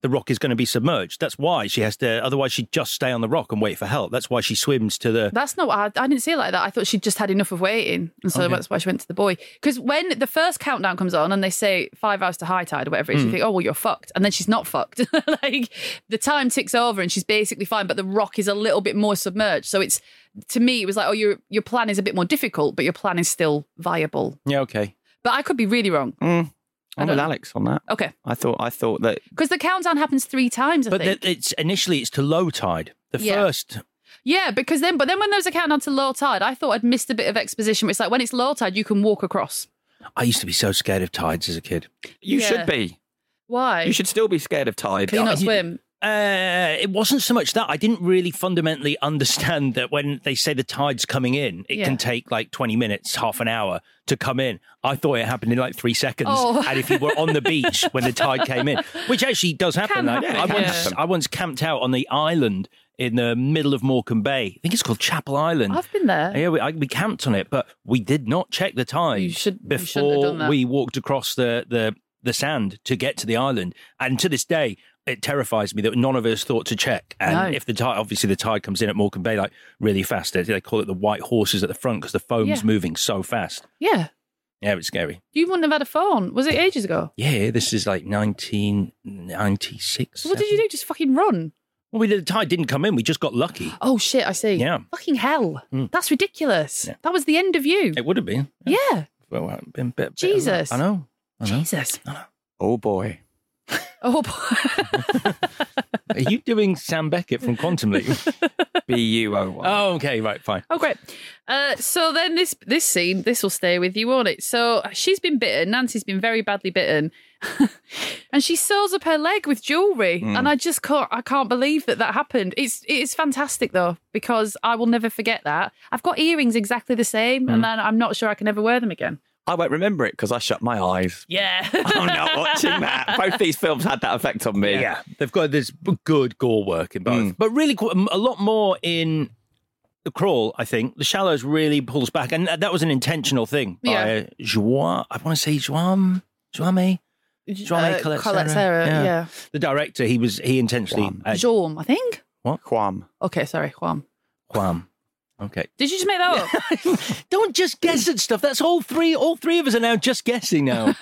S2: the rock is going to be submerged. That's why she has to. Otherwise, she'd just stay on the rock and wait for help. That's why she swims to the.
S8: That's not. I, I didn't see it like that. I thought she'd just had enough of waiting, and so okay. that's why she went to the boy. Because when the first countdown comes on and they say five hours to high tide or whatever, it
S9: Hmm.
S8: is, mm. you think, oh well, you're fucked, and then she's not fucked. like the time ticks over and she's basically fine, but the rock is a little bit more submerged. So it's to me, it was like, oh, your your plan is a bit more difficult, but your plan is still viable.
S2: Yeah. Okay.
S8: But I could be really wrong.
S9: Mm. I'm with Alex on that.
S8: Okay.
S9: I thought I thought that
S8: because the countdown happens three times. I
S2: but
S8: think.
S2: The, it's initially it's to low tide. The
S8: Yeah.
S2: first.
S8: Yeah, because then, but then when there was a countdown to low tide, I thought I'd missed a bit of exposition. But it's like when it's low tide, you can walk across.
S2: I used to be so scared of tides as a kid.
S9: You
S8: Yeah.
S9: should be.
S8: Why?
S9: You should still be scared of tide.
S8: Can you not
S2: you-
S8: swim?
S2: Uh, it wasn't so much that I didn't really fundamentally understand that when they say the tide's coming in, it
S8: Yeah.
S2: can take like 20 minutes, half an hour to come in. I thought it happened in like three seconds.
S8: Oh.
S2: And if you were on the beach when the tide came in, which actually does happen.
S8: Can
S2: Like,
S8: happen,
S2: I, once,
S8: yeah.
S2: I once camped out on the island in the middle of Morecambe Bay. I think it's called Chapel Island.
S8: I've been there.
S2: Yeah, we, I, we camped on it, but we did not check the tide
S8: You should- you shouldn't have
S2: before
S8: done that.
S2: we walked across the, the the sand to get to the island. And to this day, it terrifies me that none of us thought to check. And
S8: No.
S2: if the tide, obviously, the tide comes in at Morecambe Bay like really fast. They- They call it the white horses at the front because the foam's
S8: Yeah.
S2: moving so fast.
S8: Yeah.
S2: Yeah, it's scary.
S8: You wouldn't have had a phone. Was it ages ago?
S2: Yeah, this is like 1996.
S8: So what did you do? Just fucking run?
S2: Well, we did, the tide didn't come in. We just got lucky.
S8: Oh shit! I see.
S2: Yeah.
S8: Fucking hell.
S2: Mm.
S8: That's ridiculous.
S2: Yeah.
S8: That was the end of you.
S2: It would have been.
S8: yeah.
S2: Well, well, been a bit, bit of-
S8: Jesus.
S2: I know. I know.
S8: Jesus.
S9: Oh boy.
S8: Oh. boy.
S2: Are you doing Sam Beckett from Quantum Leap?
S9: B U O Y.
S2: oh, okay, right, fine.
S8: Oh great! Uh, so then this this scene this will stay with you, won't it? So uh, she's been bitten. Nancy's been very badly bitten, and she sews up her leg with jewelry. And I just can't I can't believe that that happened. It's it is fantastic though because I will never forget that. I've got earrings exactly the same, and then I'm not sure I can ever wear them again.
S9: I won't remember it because I shut my eyes.
S8: Yeah.
S9: I'm not watching that. Both these films had that effect on me.
S2: Yeah, they've got this b- good gore work in both,
S9: Mm.
S2: but really qu- a lot more in the crawl. I think the shallows really pulls back, and that was an intentional thing by
S8: Yeah.
S2: yeah. Joa. I want to say Joam, Joame, Joame Colette,
S8: Colette
S2: Serra.
S8: Serra, yeah.
S2: the director. He was he intentionally
S9: Joam.
S2: uh,
S8: Jorm, I think.
S9: Quam.
S8: Okay, sorry, Juan.
S2: Joam.
S9: Okay.
S8: Did you just make that up?
S2: Don't just guess at stuff. That's all three. All three of us are now just guessing now.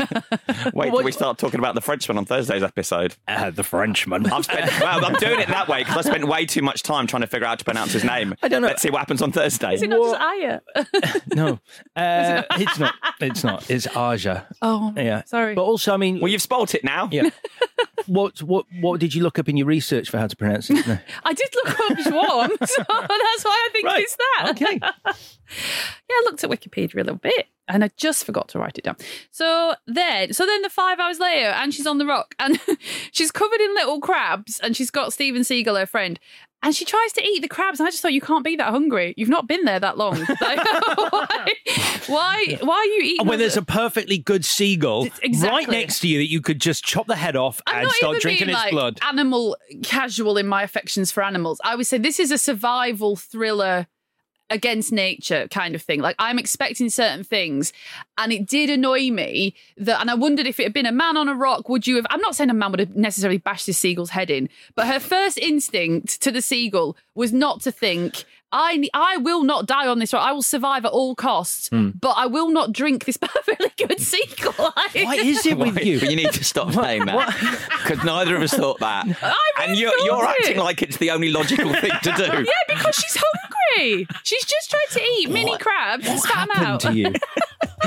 S9: Wait till we start talking about the Frenchman on Thursday's episode.
S2: Uh, the Frenchman.
S9: I've spent, well, I'm doing it that way because I spent way too much time trying to figure out how to pronounce his name.
S2: I don't know.
S9: Let's see what happens on Thursday.
S8: Is it not just Aya?
S2: no, uh, it's not. It's not. It's Aja.
S8: Oh,
S2: yeah.
S8: Sorry.
S2: But also, I mean,
S9: well, you've spoilt it now.
S2: yeah. What what what did you look up in your research for how to pronounce it? No.
S8: I did look up Juan, so that's why I think
S2: Right.
S8: it's that.
S2: Okay.
S8: yeah, I looked at Wikipedia a little bit and I just forgot to write it down. So then, so then the five hours later, and she's on the rock and she's covered in little crabs and she's got Steven Seagal, her friend. And she tries to eat the crabs, and I just thought you can't be that hungry. You've not been there that long. Like, why, why? Why are you eating?
S2: when
S8: those-
S2: there's a perfectly good seagull
S8: exactly.
S2: right next to you that you could just chop the head off
S8: I'm
S2: and
S8: not
S2: start
S8: even
S2: drinking
S8: being,
S2: its
S8: like,
S2: blood.
S8: Animal casual in my affections for animals. I would say this is a survival thriller against nature kind of thing. Like I'm expecting certain things, and it did annoy me that. And I wondered if it had been a man on a rock, would you have? I'm not saying a man would have necessarily bashed the seagull's head in, but her first instinct to the seagull was not to think. I, ne- I will not die on this rock. I will survive at all costs, but I will not drink this perfectly good seagull. Like-
S2: Hmm. Why is it with
S9: Wait,
S2: you?
S9: but you need to stop saying that because neither of us thought that. and you're,
S8: thought
S9: you're
S8: it.
S9: acting like it's the only logical thing to do.
S8: Yeah, because she's hungry. She's just tried to eat mini crabs and
S2: What
S8: spat them
S2: happened
S8: out.
S2: to you?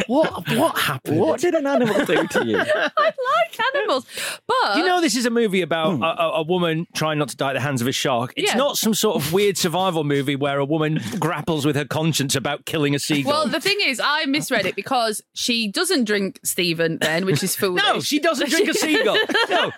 S2: what what happened?
S9: What did an animal do to you?
S8: I like animals, but
S2: You know, this is a movie about a, a, a woman trying not to die at the hands of a shark. It's
S8: Yeah.
S2: not some sort of weird survival movie where a woman grapples with her conscience about killing a seagull.
S8: well, the thing is, I misread it because she doesn't drink Stephen then, which is foolish.
S2: no, she doesn't drink a seagull. No.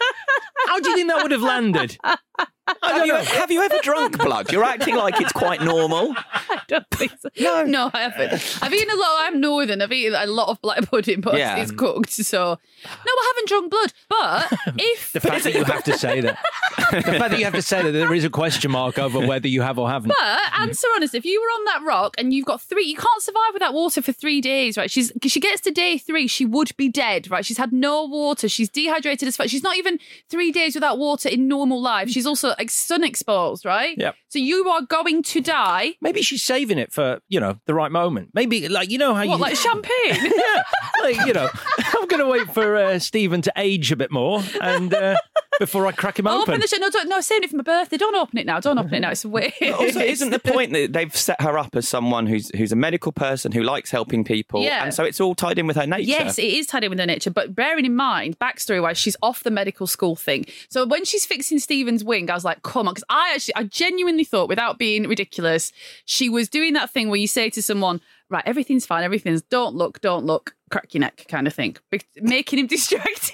S2: How do you think that would have landed? I
S9: Have
S2: don't
S9: you,
S2: know.
S9: have you ever drunk blood? You're acting like it's quite normal.
S8: I don't think so. No, I haven't. I've eaten a lot. I'm northern. I've eaten a lot of black pudding, but
S9: Yeah.
S8: it's cooked. So, no, I haven't drunk blood. But if
S2: The fact that you have to say that. the fact that you have to say that there is a question mark over whether you have or haven't.
S8: But answer honest, if you were on that rock and you've got three, you can't survive without water for three days, right? She's she gets to day three, she would be dead, right? She's had no water, she's dehydrated as fuck. She's not even three days without water in normal life. She's also like, sun exposed, right?
S2: Yep.
S8: So you are going to die.
S2: Maybe she's saving it for, you know, the right moment. Maybe, like, you know how
S8: What
S2: you.
S8: like champagne?
S2: yeah, like, you know, I'm going to wait for uh, Stephen to age a bit more and uh, before I crack him
S8: Open.
S2: open.
S8: the show. No, don't, no, save it for my birthday. Don't open it now. Don't open it now. It's weird.
S9: Also, isn't the point that they've set her up as someone who's who's a medical person who likes helping people,
S8: Yeah.
S9: and so it's all tied in with her nature.
S8: Yes, it is tied in with her nature. But bearing in mind, backstory wise, she's off the medical school thing. So when she's fixing Stephen's wing, I was like, come on. Because I actually, I genuinely thought, without being ridiculous, she was doing that thing where you say to someone, right, everything's fine, everything's, don't look, don't look, crack your neck kind of thing, Be- making him distracted.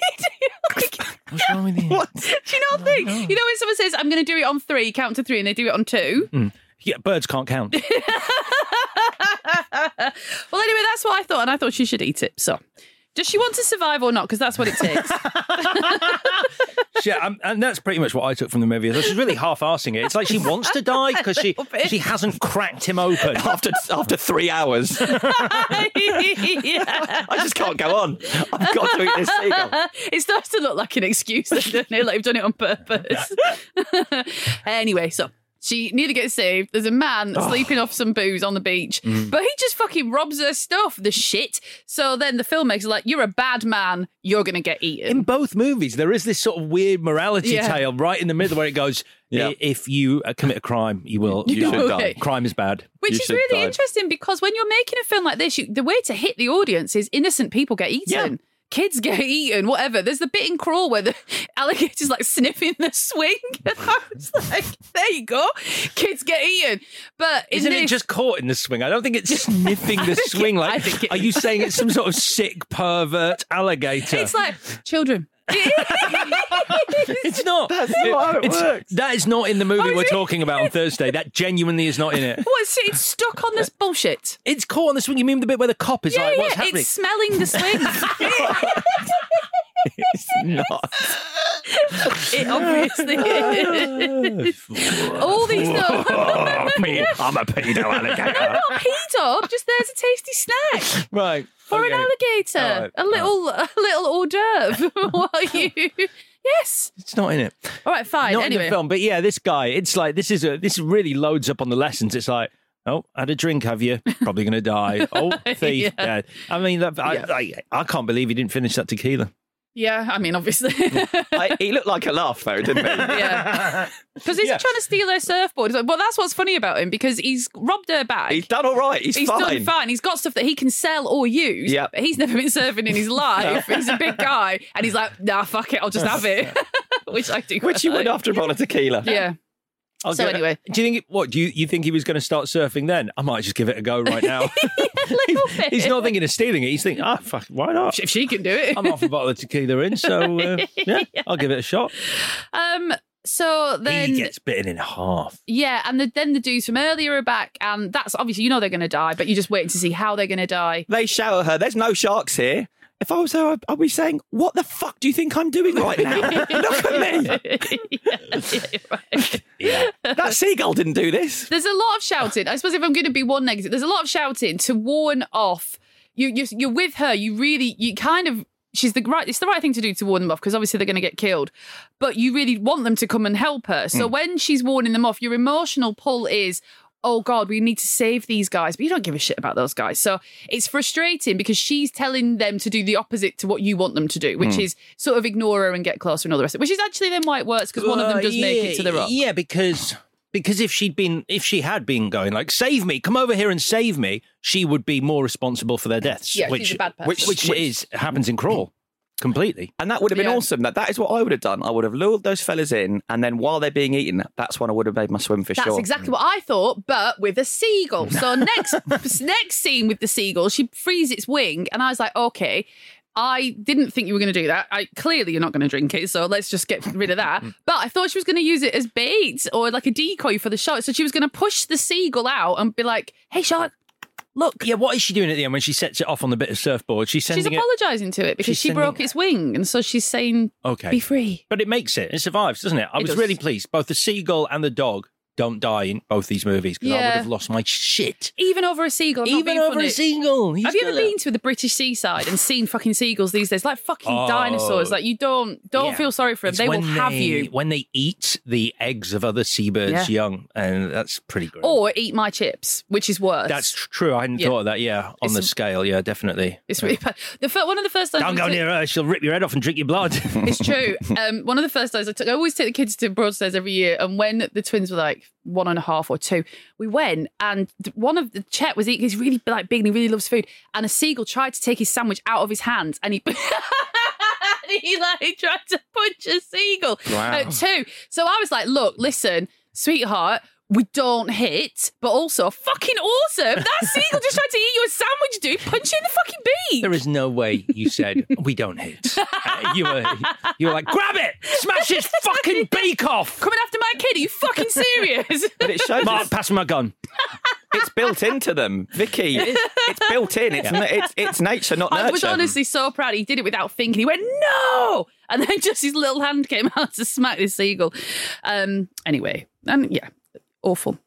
S8: Like-
S2: What's wrong with you?
S8: do you not think? You know when someone says, I'm going to do it on three, count to three, and they do it on two?
S2: Yeah, birds can't count.
S8: Well, anyway, that's what I thought, and I thought she should eat it. So. Does she want to survive or not? Because that's what it takes.
S2: yeah, um, and that's pretty much what I took from the movie. is that She's really half-arsing it. It's like she wants to die because she she hasn't cracked him open.
S9: After after three hours,
S8: Yeah.
S9: I just can't go on. I've got to eat this seagull.
S8: it starts to look like an excuse, doesn't it? Like you've done it on purpose. anyway, so she nearly gets saved. There's a man sleeping off some booze on the beach, but he just fucking robs her stuff, the shit. So then the filmmakers are like, You're a bad man, you're going to get eaten.
S2: In both movies, there is this sort of weird morality
S8: Yeah.
S2: tale right in the middle where it goes,
S9: Yeah.
S2: "I- if you uh, commit a crime, you will
S9: You
S2: die.
S9: should
S8: die.
S2: Crime is bad.
S8: Which
S9: You
S8: is
S9: should
S8: really
S9: die.
S8: interesting because when you're making a film like this, you, the way to hit the audience is innocent people get eaten. Kids get eaten, whatever. There's the bit in Crawl where the alligator's like sniffing the swing. And I was like, there you go. Kids get eaten. But in
S2: Isn't it
S8: this-
S2: just caught in the swing? I don't think it's sniffing the swing.
S8: I
S2: Like,
S8: think it
S2: are you saying it's some sort of sick pervert alligator?
S8: it's like children.
S2: It's not. That's
S9: not how it works.
S2: That is not in the movie
S8: Oh, is
S2: we're
S8: it?
S2: talking about on Thursday. That genuinely is not in it.
S8: What's it? It's stuck on this bullshit.
S2: It's caught on the swing. You mean the bit where the cop is
S8: Yeah,
S2: like,
S8: yeah,
S2: "What's happening?"
S8: it's smelling the swing.
S9: It's not.
S8: it obviously is. All these though.
S2: me, I'm a pedo alligator.
S8: Not pedo, just there's a tasty snack.
S2: right.
S8: Or an
S2: okay.
S8: alligator,
S2: All right,
S8: a little, a little hors d'oeuvre. while you, yes.
S2: It's not in it.
S8: All right, fine.
S2: Not in
S8: anyway,
S2: the film, but yeah, this guy. It's like this is a this really loads up on the lessons. It's like Oh, had a drink, have you? Probably going to die. Oh, thief.
S8: Yeah.
S2: dead. I mean, that, I,
S8: Yeah.
S2: I, I can't believe he didn't finish that tequila.
S8: Yeah, I mean, obviously.
S9: I, he looked like a laugh though, didn't he?
S8: yeah. Because he's trying to steal her surfboard. He's like, well, that's what's funny about him because he's robbed her bag.
S9: He's done all right. He's,
S8: done
S9: fine.
S8: fine. He's got stuff that he can sell or use.
S9: Yeah.
S8: But he's never been surfing in his life. He's a big guy. And he's like, nah, fuck it. I'll just have it. Which I do.
S9: Which you
S8: quite
S9: would
S8: like.
S9: after a bottle of tequila.
S8: Yeah.
S2: I'll
S8: So
S2: give it-
S8: anyway.
S2: do you think it, what do you you think he was going to start surfing then? I might just give it a go right now. he's not thinking of stealing it. He's thinking, ah, fuck, why not?
S8: If she can do it,
S2: I'm half a bottle of tequila in, so uh, yeah, I'll give it a shot.
S8: Um. So then.
S2: he gets bitten in half.
S8: yeah, and the, then the dudes from earlier are back, and that's obviously you know they're going to die, but you're just waiting to see how they're going to die.
S9: They shout at her. There's no sharks here. If I was her, I'd- I'd be saying, "What the fuck do you think I'm doing right now? Look at me. That seagull didn't do this."
S8: There's a lot of shouting. I suppose if I'm going to be one negative, there's a lot of shouting to warn off. You, you you're with her. You really you kind of she's the right. It's the right thing to do to warn them off because obviously they're going to get killed. But you really want them to come and help her. So
S2: Hmm.
S8: when she's warning them off, your emotional pull is. Oh God, we need to save these guys, but you don't give a shit about those guys. So it's frustrating because she's telling them to do the opposite to what you want them to do, which
S2: Hmm.
S8: is sort of ignore her and get closer and all the rest. Of it, which is actually then why it works because one of them
S2: Uh,
S8: does make it to the
S2: yeah,
S8: rock.
S2: Yeah, because because if she'd been if she had been going like save me, come over here and save me, she would be more responsible for their deaths.
S8: Yeah, she's
S2: which
S8: a bad person.
S2: which which
S9: Which-
S2: is happens in crawl completely.
S9: And that would have been
S8: Yeah.
S9: awesome. That that is what I would have done. I would have lured those fellas in, and then while they're being eaten, that's when I would have made my swim for
S8: That's
S9: sure.
S8: exactly what I thought, but with a seagull. So next next scene with the seagull, she frees its wing, and I was like, okay. I didn't think you were going to do that. I clearly you're not going to drink it, so let's just get rid of that. but I thought she was going to use it as bait or like a decoy for the shark. So she was going to push the seagull out and be like, "Hey shark, look."
S2: Yeah, what is she doing at the end when she sets it off on the bit of surfboard? She's
S8: She's
S2: sending it.
S8: apologising to it because
S2: She's
S8: she
S2: sending-
S8: broke its wing, and so she's saying,
S2: Okay.
S8: "Be free."
S2: But it makes it. It survives, doesn't it? I
S8: It
S2: was
S8: does.
S2: really pleased. Both the seagull and the dog don't die in both these movies because I would
S8: Yeah.
S2: have lost my shit.
S8: Even over a seagull, I'm not
S2: Even
S8: being
S2: over
S8: funny.
S2: a seagull. He's
S8: Have you ever
S2: got a-
S8: been to the British seaside and seen fucking seagulls these days? Like fucking
S2: Oh.
S8: dinosaurs. Like you don't don't
S2: Yeah.
S8: feel sorry for them.
S2: It's
S8: they will
S2: when
S8: have
S2: they-
S8: you.
S2: when they eat the eggs of other seabirds
S8: Yeah.
S2: young, and that's pretty good.
S8: Or eat my chips, which is worse.
S2: That's tr- true. I hadn't
S8: Yeah.
S2: thought of that. Yeah, on the
S8: It's-
S2: scale. Yeah, definitely.
S8: It's
S2: Yeah.
S8: really bad. The fir- one of the first times
S2: Don't
S8: we
S2: go
S8: took-
S2: near her. She'll rip your head off and drink your blood.
S8: It's true. Um, one of the first days I took, I always take the kids to Broadstairs every year. And when the twins were like one and a half or two, we went and th- one of the Chet was eating. He's really like big and he really loves food. And a seagull tried to take his sandwich out of his hand, and he. and he like tried to punch a seagull
S9: Wow.
S8: at two. So I was like, "Look, listen, sweetheart, we don't hit, but also fucking awesome. That seagull just tried to eat your sandwich, dude. Punch you in the fucking beak.
S2: there is no way you said we don't hit. Uh, you were you were like grab it, smash his fucking beak off.
S8: Coming after my kid? Are you fucking serious?"
S9: But it shows
S2: Mark,
S9: it's,
S2: pass me my gun.
S9: it's built into them, Vicky. It's built in. It's na- it's, it's nature, not nurture.
S8: I was honestly so proud. He did it without thinking. He went, no! And then just his little hand came out to smack this seagull. Um, anyway, and yeah, awful.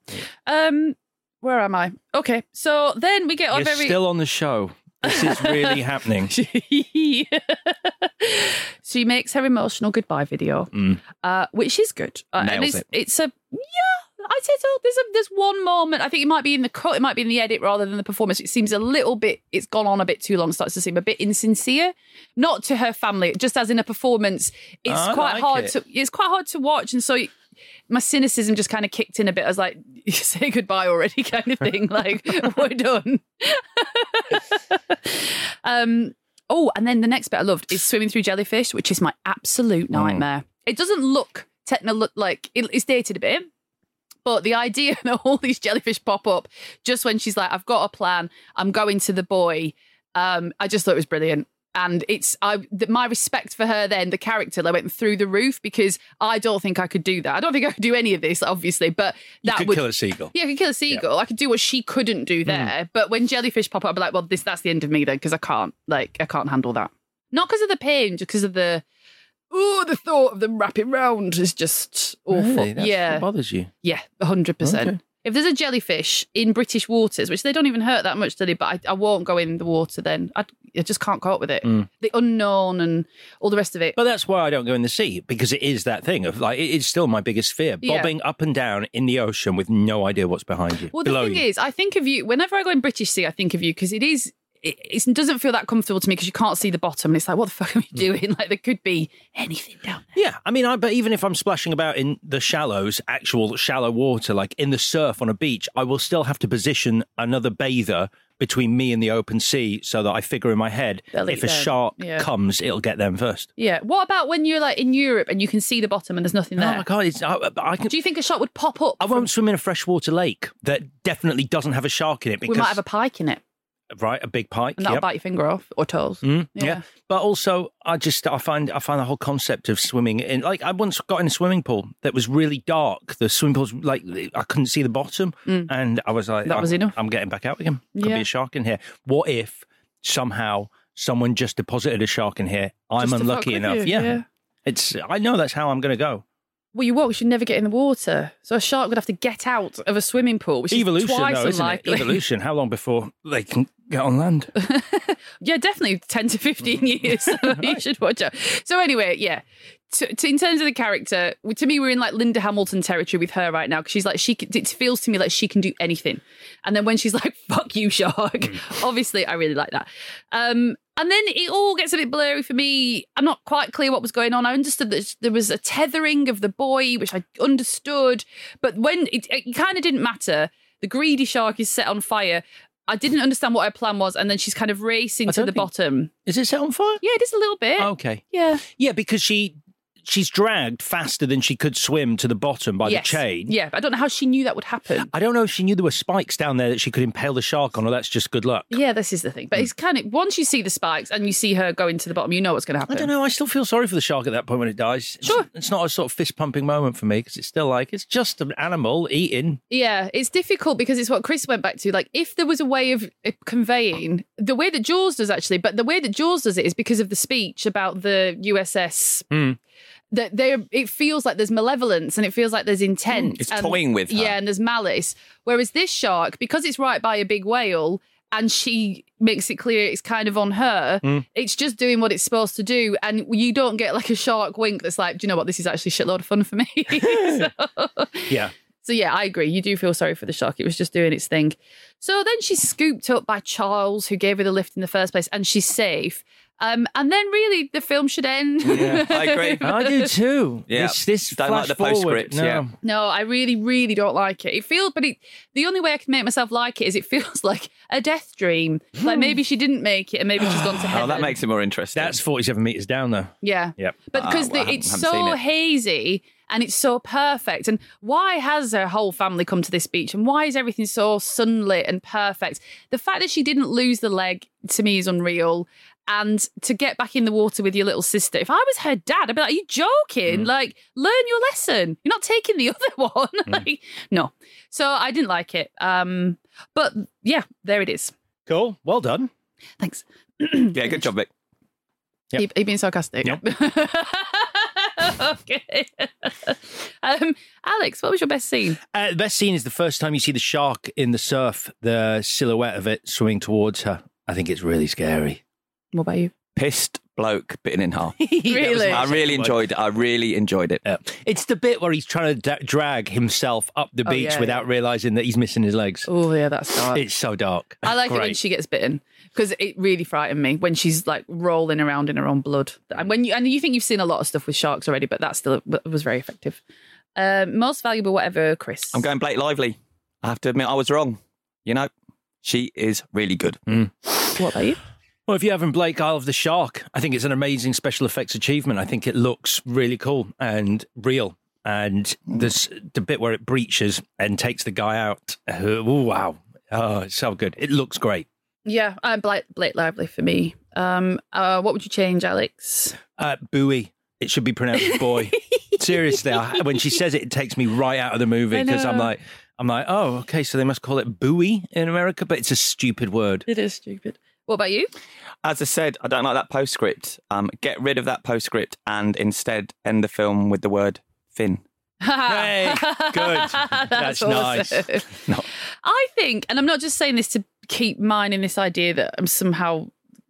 S8: Um, where am I? Okay, so then we get on
S2: You're
S8: very.
S2: still on the show. This is really happening.
S8: she makes her emotional goodbye video,
S2: Mm.
S8: uh, which is good. Uh, and
S9: Nails
S8: it's, it's a yeah. I say so. There's a, there's one moment. I think it might be in the cut. It might be in the edit rather than the performance. It seems a little bit. It's gone on a bit too long. Starts to seem a bit insincere. Not to her family, just as in a performance. It's
S2: Oh, I
S8: quite
S2: like
S8: hard
S2: it.
S8: to. It's quite hard to watch, and so. My cynicism just kind of kicked in a bit. I was like, "Say goodbye already," kind of thing. Like, we're done. Um, oh, and then the next bit I loved is swimming through jellyfish, which is my
S2: Mm.
S8: absolute nightmare. It doesn't look techno look like it, it's dated a bit, but the idea that all these jellyfish pop up just when she's like, "I've got a plan. I'm going to the boy." Um, I just thought it was brilliant. And it's I th- my respect for her then the character like went through the roof because I don't think I could do that. I don't think I could do any of this obviously, but
S2: You
S8: that
S2: could
S8: would
S2: kill a seagull.
S8: yeah, I could kill a seagull. I could do what she couldn't
S2: Mm.
S8: do there. But when jellyfish pop up, I'd be like, well, this that's the end of me then, because I can't, like, I can't handle that. Not because of the pain, just because of the oh, the thought of them wrapping round is just awful.
S2: Really? That's
S8: yeah,
S2: What bothers you?
S8: yeah, hundred percent. If there's a jellyfish in British waters, which they don't even hurt that much, do they? But I, I won't go in the water then. I'd, I just can't cope with it.
S2: Mm.
S8: The unknown and all the rest of it.
S2: But that's why I don't go in the sea because it is that thing of like it is still my biggest fear:
S8: Yeah.
S2: bobbing up and down in the ocean with no idea what's behind you,
S8: Well, the
S2: below
S8: thing
S2: you.
S8: is, I think of you whenever I go in British Sea. I think of you because it is. It, it doesn't feel that comfortable to me because you can't see the bottom, and it's like, what the fuck are
S2: Mm.
S8: we doing? Like there could be anything down there.
S2: yeah, I mean, I but even if I'm splashing about in the shallows, actual shallow water, like in the surf on a beach, I will still have to position another bather between me and the open sea so that I figure in my head
S8: They'll
S2: if
S8: eat
S2: a
S8: them.
S2: shark
S8: Yeah.
S2: comes, it'll get them first.
S8: Yeah. What about when you're like in Europe and you can see the bottom and there's nothing there?
S2: Oh my god! It's, I, I can.
S8: Do you think a shark would pop up?
S2: I won't swim in a freshwater lake that definitely doesn't have a shark in it because
S8: we might have a pike in it,
S2: right a big pike.
S8: and that'll
S2: yep.
S8: bite your finger off or toes.
S2: Mm,
S8: Yeah.
S2: yeah. but also I just I find I find the whole concept of swimming in like I once got in a swimming pool that was really dark. The swimming pool's like I couldn't see the bottom,
S8: Mm.
S2: and I was like,
S8: That
S2: I,
S8: was enough.
S2: I'm getting back out again. Could
S8: Yeah.
S2: be a shark in here. What if somehow someone just deposited a shark in here? I'm
S8: Just to fuck
S2: unlucky
S8: with
S2: enough.
S8: you,
S2: Yeah.
S8: yeah.
S2: it's I know that's how I'm going to go.
S8: Well, you won't. 'cause You'd never get in the water, so a shark would have to get out of a swimming pool, which
S2: Evolution,
S8: is twice
S2: though, isn't it?
S8: unlikely.
S2: Evolution. How long before they can get on land?
S8: Yeah, definitely 10 to 15 years. So You should watch out. So, anyway, yeah. To, to, in terms of the character, to me, we're in like Linda Hamilton territory with her right now because she's like, she c- it feels to me like she can do anything. And then when she's like, fuck you, shark,
S2: Hmm.
S8: obviously, I really like that. Um, and then it all gets a bit blurry for me. I'm not quite clear what was going on. I understood that there was a tethering of the boy, which I understood. But when it, it kind of didn't matter, the greedy shark is set on fire. I didn't understand what her plan was. And then she's kind of racing
S2: I
S8: to
S2: don't
S8: the
S2: think-
S8: bottom.
S2: Is it set on fire? Oh,
S8: Yeah, it is a little bit.
S2: Okay.
S8: Yeah.
S2: Yeah, because she she's dragged faster than she could swim to the bottom by
S8: Yes.
S2: the chain.
S8: Yeah, but I don't know how she knew that would happen.
S2: I don't know if she knew there were spikes down there that she could impale the shark on, or that's just good luck.
S8: Yeah, this is the
S2: Hmm.
S8: thing. But it's kind of once you see the spikes and you see her going to the bottom, you know what's going
S2: I
S8: to happen.
S2: don't know. I still feel sorry for the shark at that point when it dies. It's-
S8: Sure.
S2: It's not a sort of fist pumping moment for me because it's still like, it's just an animal eating.
S8: Yeah, it's difficult because it's what Chris went back to. Like, if there was a way of uh, conveying the way that Jaws does actually, but the way that Jaws does it is because of the speech about the USS.
S2: Hmm.
S8: That there, it feels like there's malevolence and it feels like there's intent.
S9: It's
S8: and-
S9: toying with her.
S8: Um, yeah, and there's malice. Whereas this shark, because it's right by a big whale. And she makes it clear it's kind of on her.
S9: Mm.
S8: It's just doing what it's supposed to do, and you don't get like a shark wink that's like, do you know what? This is actually a shitload of fun for me. So-
S2: Yeah.
S8: so yeah, I agree. You do feel sorry for the shark. It was just doing its thing. So then she's scooped up by Charles, who gave her the lift in the first place, and she's safe. Um, and then really the film should end.
S9: Yeah, I agree.
S2: I do too.
S9: Yeah.
S2: This, this
S9: Don't like
S2: flash
S9: the
S2: forward,
S9: postscript,
S2: no.
S9: yeah.
S8: No, I really, really don't like it. It feels, but it, the only way I can make myself like it is it feels like a death dream. Like maybe she didn't make it, and maybe she's gone to heaven.
S9: Hmm. Oh, that makes it more interesting.
S2: That's 47 meters down, though.
S8: Yeah.
S2: Yep.
S8: But
S9: Ah,
S8: because
S9: well, I haven't-
S8: it's
S9: haven't seen
S8: so
S9: it.
S8: hazy and it's so perfect. And why has her whole family come to this beach? And why is everything so sunlit and perfect? The fact that she didn't lose the leg to me is unreal. And to get back in the water with your little sister, if I was her dad, I'd be like, Are you joking?
S9: Mm.
S8: Like, learn your lesson. You're not taking the other one.
S9: Mm.
S8: like, no. So I didn't like it. Um, but yeah, there it is.
S2: Cool. Well done.
S8: Thanks.
S9: yeah, good job, Vic.
S2: Yep.
S8: He, he being sarcastic.
S2: Yep.
S8: okay. um, Alex, what was your best scene?
S2: Uh, the best scene is the first time you see the shark in the surf, the silhouette of it swimming towards her. I think it's really scary.
S8: What about you?
S9: Pissed bloke bitten in half.
S8: really?
S9: I really enjoyed it. I really enjoyed it.
S2: Yeah. It's the bit where he's trying to da- drag himself up the
S8: Oh,
S2: beach
S8: yeah,
S2: without realizing that he's missing his legs.
S8: Oh yeah, that's
S9: Uh,
S8: dark.
S2: It's so dark.
S8: I like it when
S2: Great.
S8: she gets bitten because it really frightened me when she's like rolling around in her own blood. And when you and you think you've seen a lot of stuff with sharks already, but that still w- was very effective. Um, most valuable, whatever, Chris.
S9: I'm going Blake Lively. I have to admit, I was wrong. You know, she is really good.
S8: What about you?
S2: Well, if you haven't Blake Isle of the Shark, I think it's an amazing special effects achievement. I think it looks really cool and real. And this the bit where it breaches and takes the guy out. uh, ooh, wow. Oh, it's so good. It looks great.
S8: Yeah, uh, Blake, Blake Lively for me. Um, uh, what would you change, Alex?
S2: Uh, buoy. It should be pronounced boy. Seriously, I, when she says it, it takes me right out of the movie
S8: I
S2: because I'm
S8: know.
S2: like, I'm like, oh, okay, so they must call it buoy in America, but it's a stupid word.
S8: It is stupid. What about you?
S9: As I said, I don't like that postscript. Um, get rid of that postscript and instead end the film with the word Finn.
S2: Hey, good. That's nice.
S8: awesome. I think, and I'm not just saying this to keep mining this idea that I'm somehow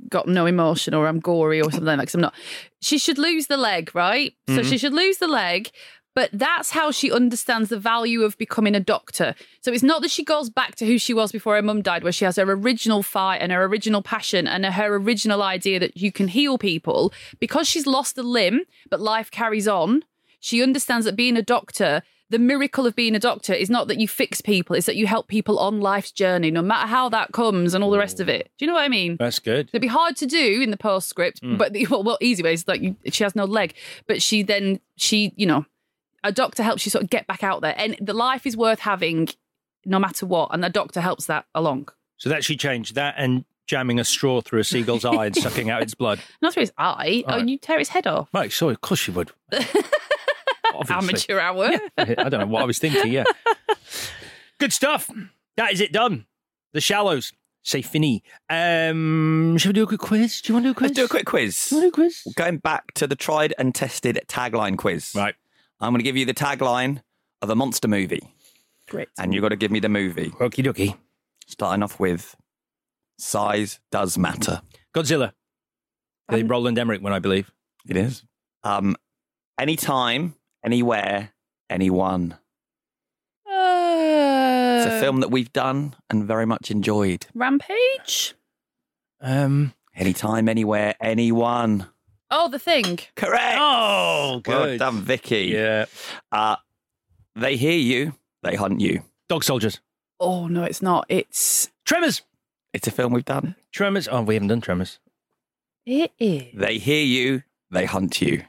S8: got no emotion or I'm gory or something like that, 'cause I'm not. She should lose the leg, right? So
S11: Mhm.
S2: Mm-hmm.
S8: she should lose the leg, but that's how she understands the value of becoming a doctor. So it's not that she goes back to who she was before her mum died, where she has her original fight and her original passion and her original idea that you can heal people. Because she's lost a limb, but life carries on, she understands that being a doctor. The miracle of being a doctor is not that you fix people, it's that you help people on life's journey, no matter how that comes and all the rest of it. Do you know what I mean?
S2: That's good.
S8: It'd be hard to do in the postscript,
S9: Hmm.
S2: Mm.
S8: but the, well, well, easy way is like you, she has no leg, but she then she you know a doctor helps you sort of get back out there, and the life is worth having no matter what, and the doctor helps that along.
S2: So that she changed that and jamming a straw through a seagull's eye and sucking out its blood.
S8: Not through his eye,
S2: All
S8: oh,
S2: right.
S8: you tear his head off.
S2: Right, so of course she would. Obviously.
S8: Amateur hour.
S2: I don't know what I was thinking. Yeah. Good stuff. That is it done. The Shallows. Say fini. Um, should we do a quick quiz? Do you want to do a quiz?
S9: Let's do a quick quiz.
S2: Do you want to do a quiz?
S9: Going back to the tried and tested tagline quiz. Right. I'm going to give you the tagline of a monster movie.
S8: Great.
S9: And you've got to give me the movie.
S2: Okie dokie.
S9: Starting off with size does matter.
S2: Godzilla. The Roland Emmerich one, I believe.
S9: It is. Um, anytime, anywhere, anyone.
S8: Uh,
S9: It's
S2: Uh,
S9: a film that we've done and very much enjoyed.
S8: Rampage.
S2: Um,
S9: anytime, anywhere, anyone.
S8: Oh, the thing.
S9: Correct.
S2: Oh,
S9: Well
S2: good.
S9: done, Vicky.
S2: Yeah.
S9: Uh, they hear you. They hunt you.
S2: Dog soldiers.
S8: Oh no, it's not. It's
S2: Tremors.
S9: It's a film we've done.
S2: Tremors. Oh, we haven't done Tremors.
S8: it is.
S9: They hear you. They hunt you.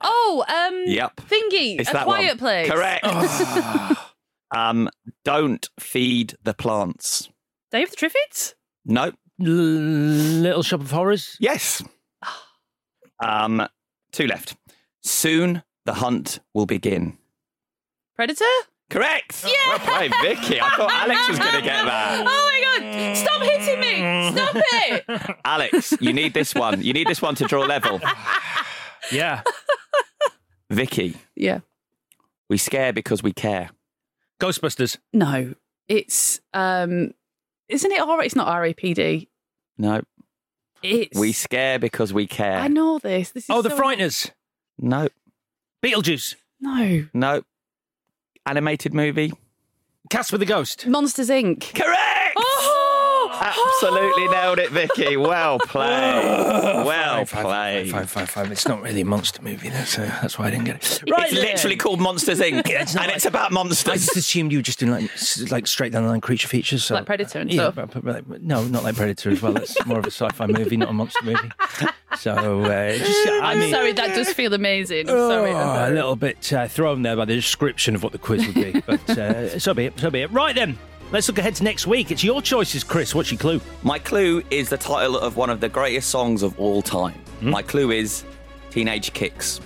S8: Oh, um,
S9: Yep.
S8: thingy,
S9: It's
S8: a
S9: that
S8: quiet
S9: one.
S8: place.
S9: Correct.
S8: Ah.
S9: um, don't feed the plants.
S8: Dave the Triffids.
S9: No.
S2: Little Shop of Horrors.
S9: Yes. Um, two left. Soon the hunt will begin.
S8: Predator.
S9: Correct. Well played, Vicky. I thought Alex was going to get
S8: Oh
S9: that.
S8: my god! Stop hitting me! Stop it!
S9: Alex, you need this one. You need this one to draw level.
S2: Yeah.
S9: Vicky,
S8: Yeah.
S9: we scare because we care.
S2: Ghostbusters.
S8: No, it's um, isn't it alright? It's not RAPD.
S9: No.
S8: It's
S9: We scare because we care.
S8: I know this. This is
S2: Oh, The
S8: so-
S2: Frighteners.
S9: No.
S2: Beetlejuice.
S8: No.
S9: No. Animated movie.
S2: Casper the Ghost.
S8: Monsters Inc.
S9: Correct.
S8: Oh,
S9: Absolutely nailed it, Vicky. Well played. well played.
S2: Five, five, five. It's not really a monster movie. That's, uh, that's why I didn't get it.
S9: it's literally called Monsters Inc. and it's about
S2: I
S9: monsters.
S2: just assumed you were just doing like s- like straight down the line creature features, so.
S8: Like Predator and
S2: yeah,
S8: stuff.
S2: but, but, but- no, not like Predator as well. That's more of a sci-fi movie, not a monster movie. So uh, it just, I
S8: I'm
S2: mean,
S8: sorry, that does feel amazing. I'm sorry.
S2: Oh, a little bit uh, thrown there by the description of what the quiz would be, but uh, so be it. So be it. Right then, let's look ahead to next week. It's your choices, Chris. What's your clue?
S9: My clue is the title of one of the greatest songs of all time.
S2: Hmm?
S9: My clue is Teenage Kicks.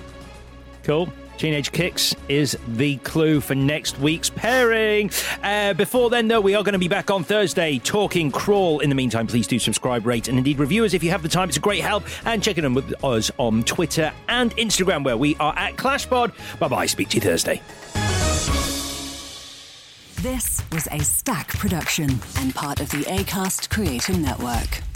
S2: Cool. Teenage Kicks is the clue for next week's pairing. Uh, before then, though, we are going to be back on Thursday talking crawl. In the meantime, please do subscribe, rate, and indeed review us if you have the time. It's a great help. And check in with us on Twitter and Instagram, where we are at ClashPod. Bye bye. Speak to you Thursday.
S12: This was a Stack production and part of the Acast Creator Network.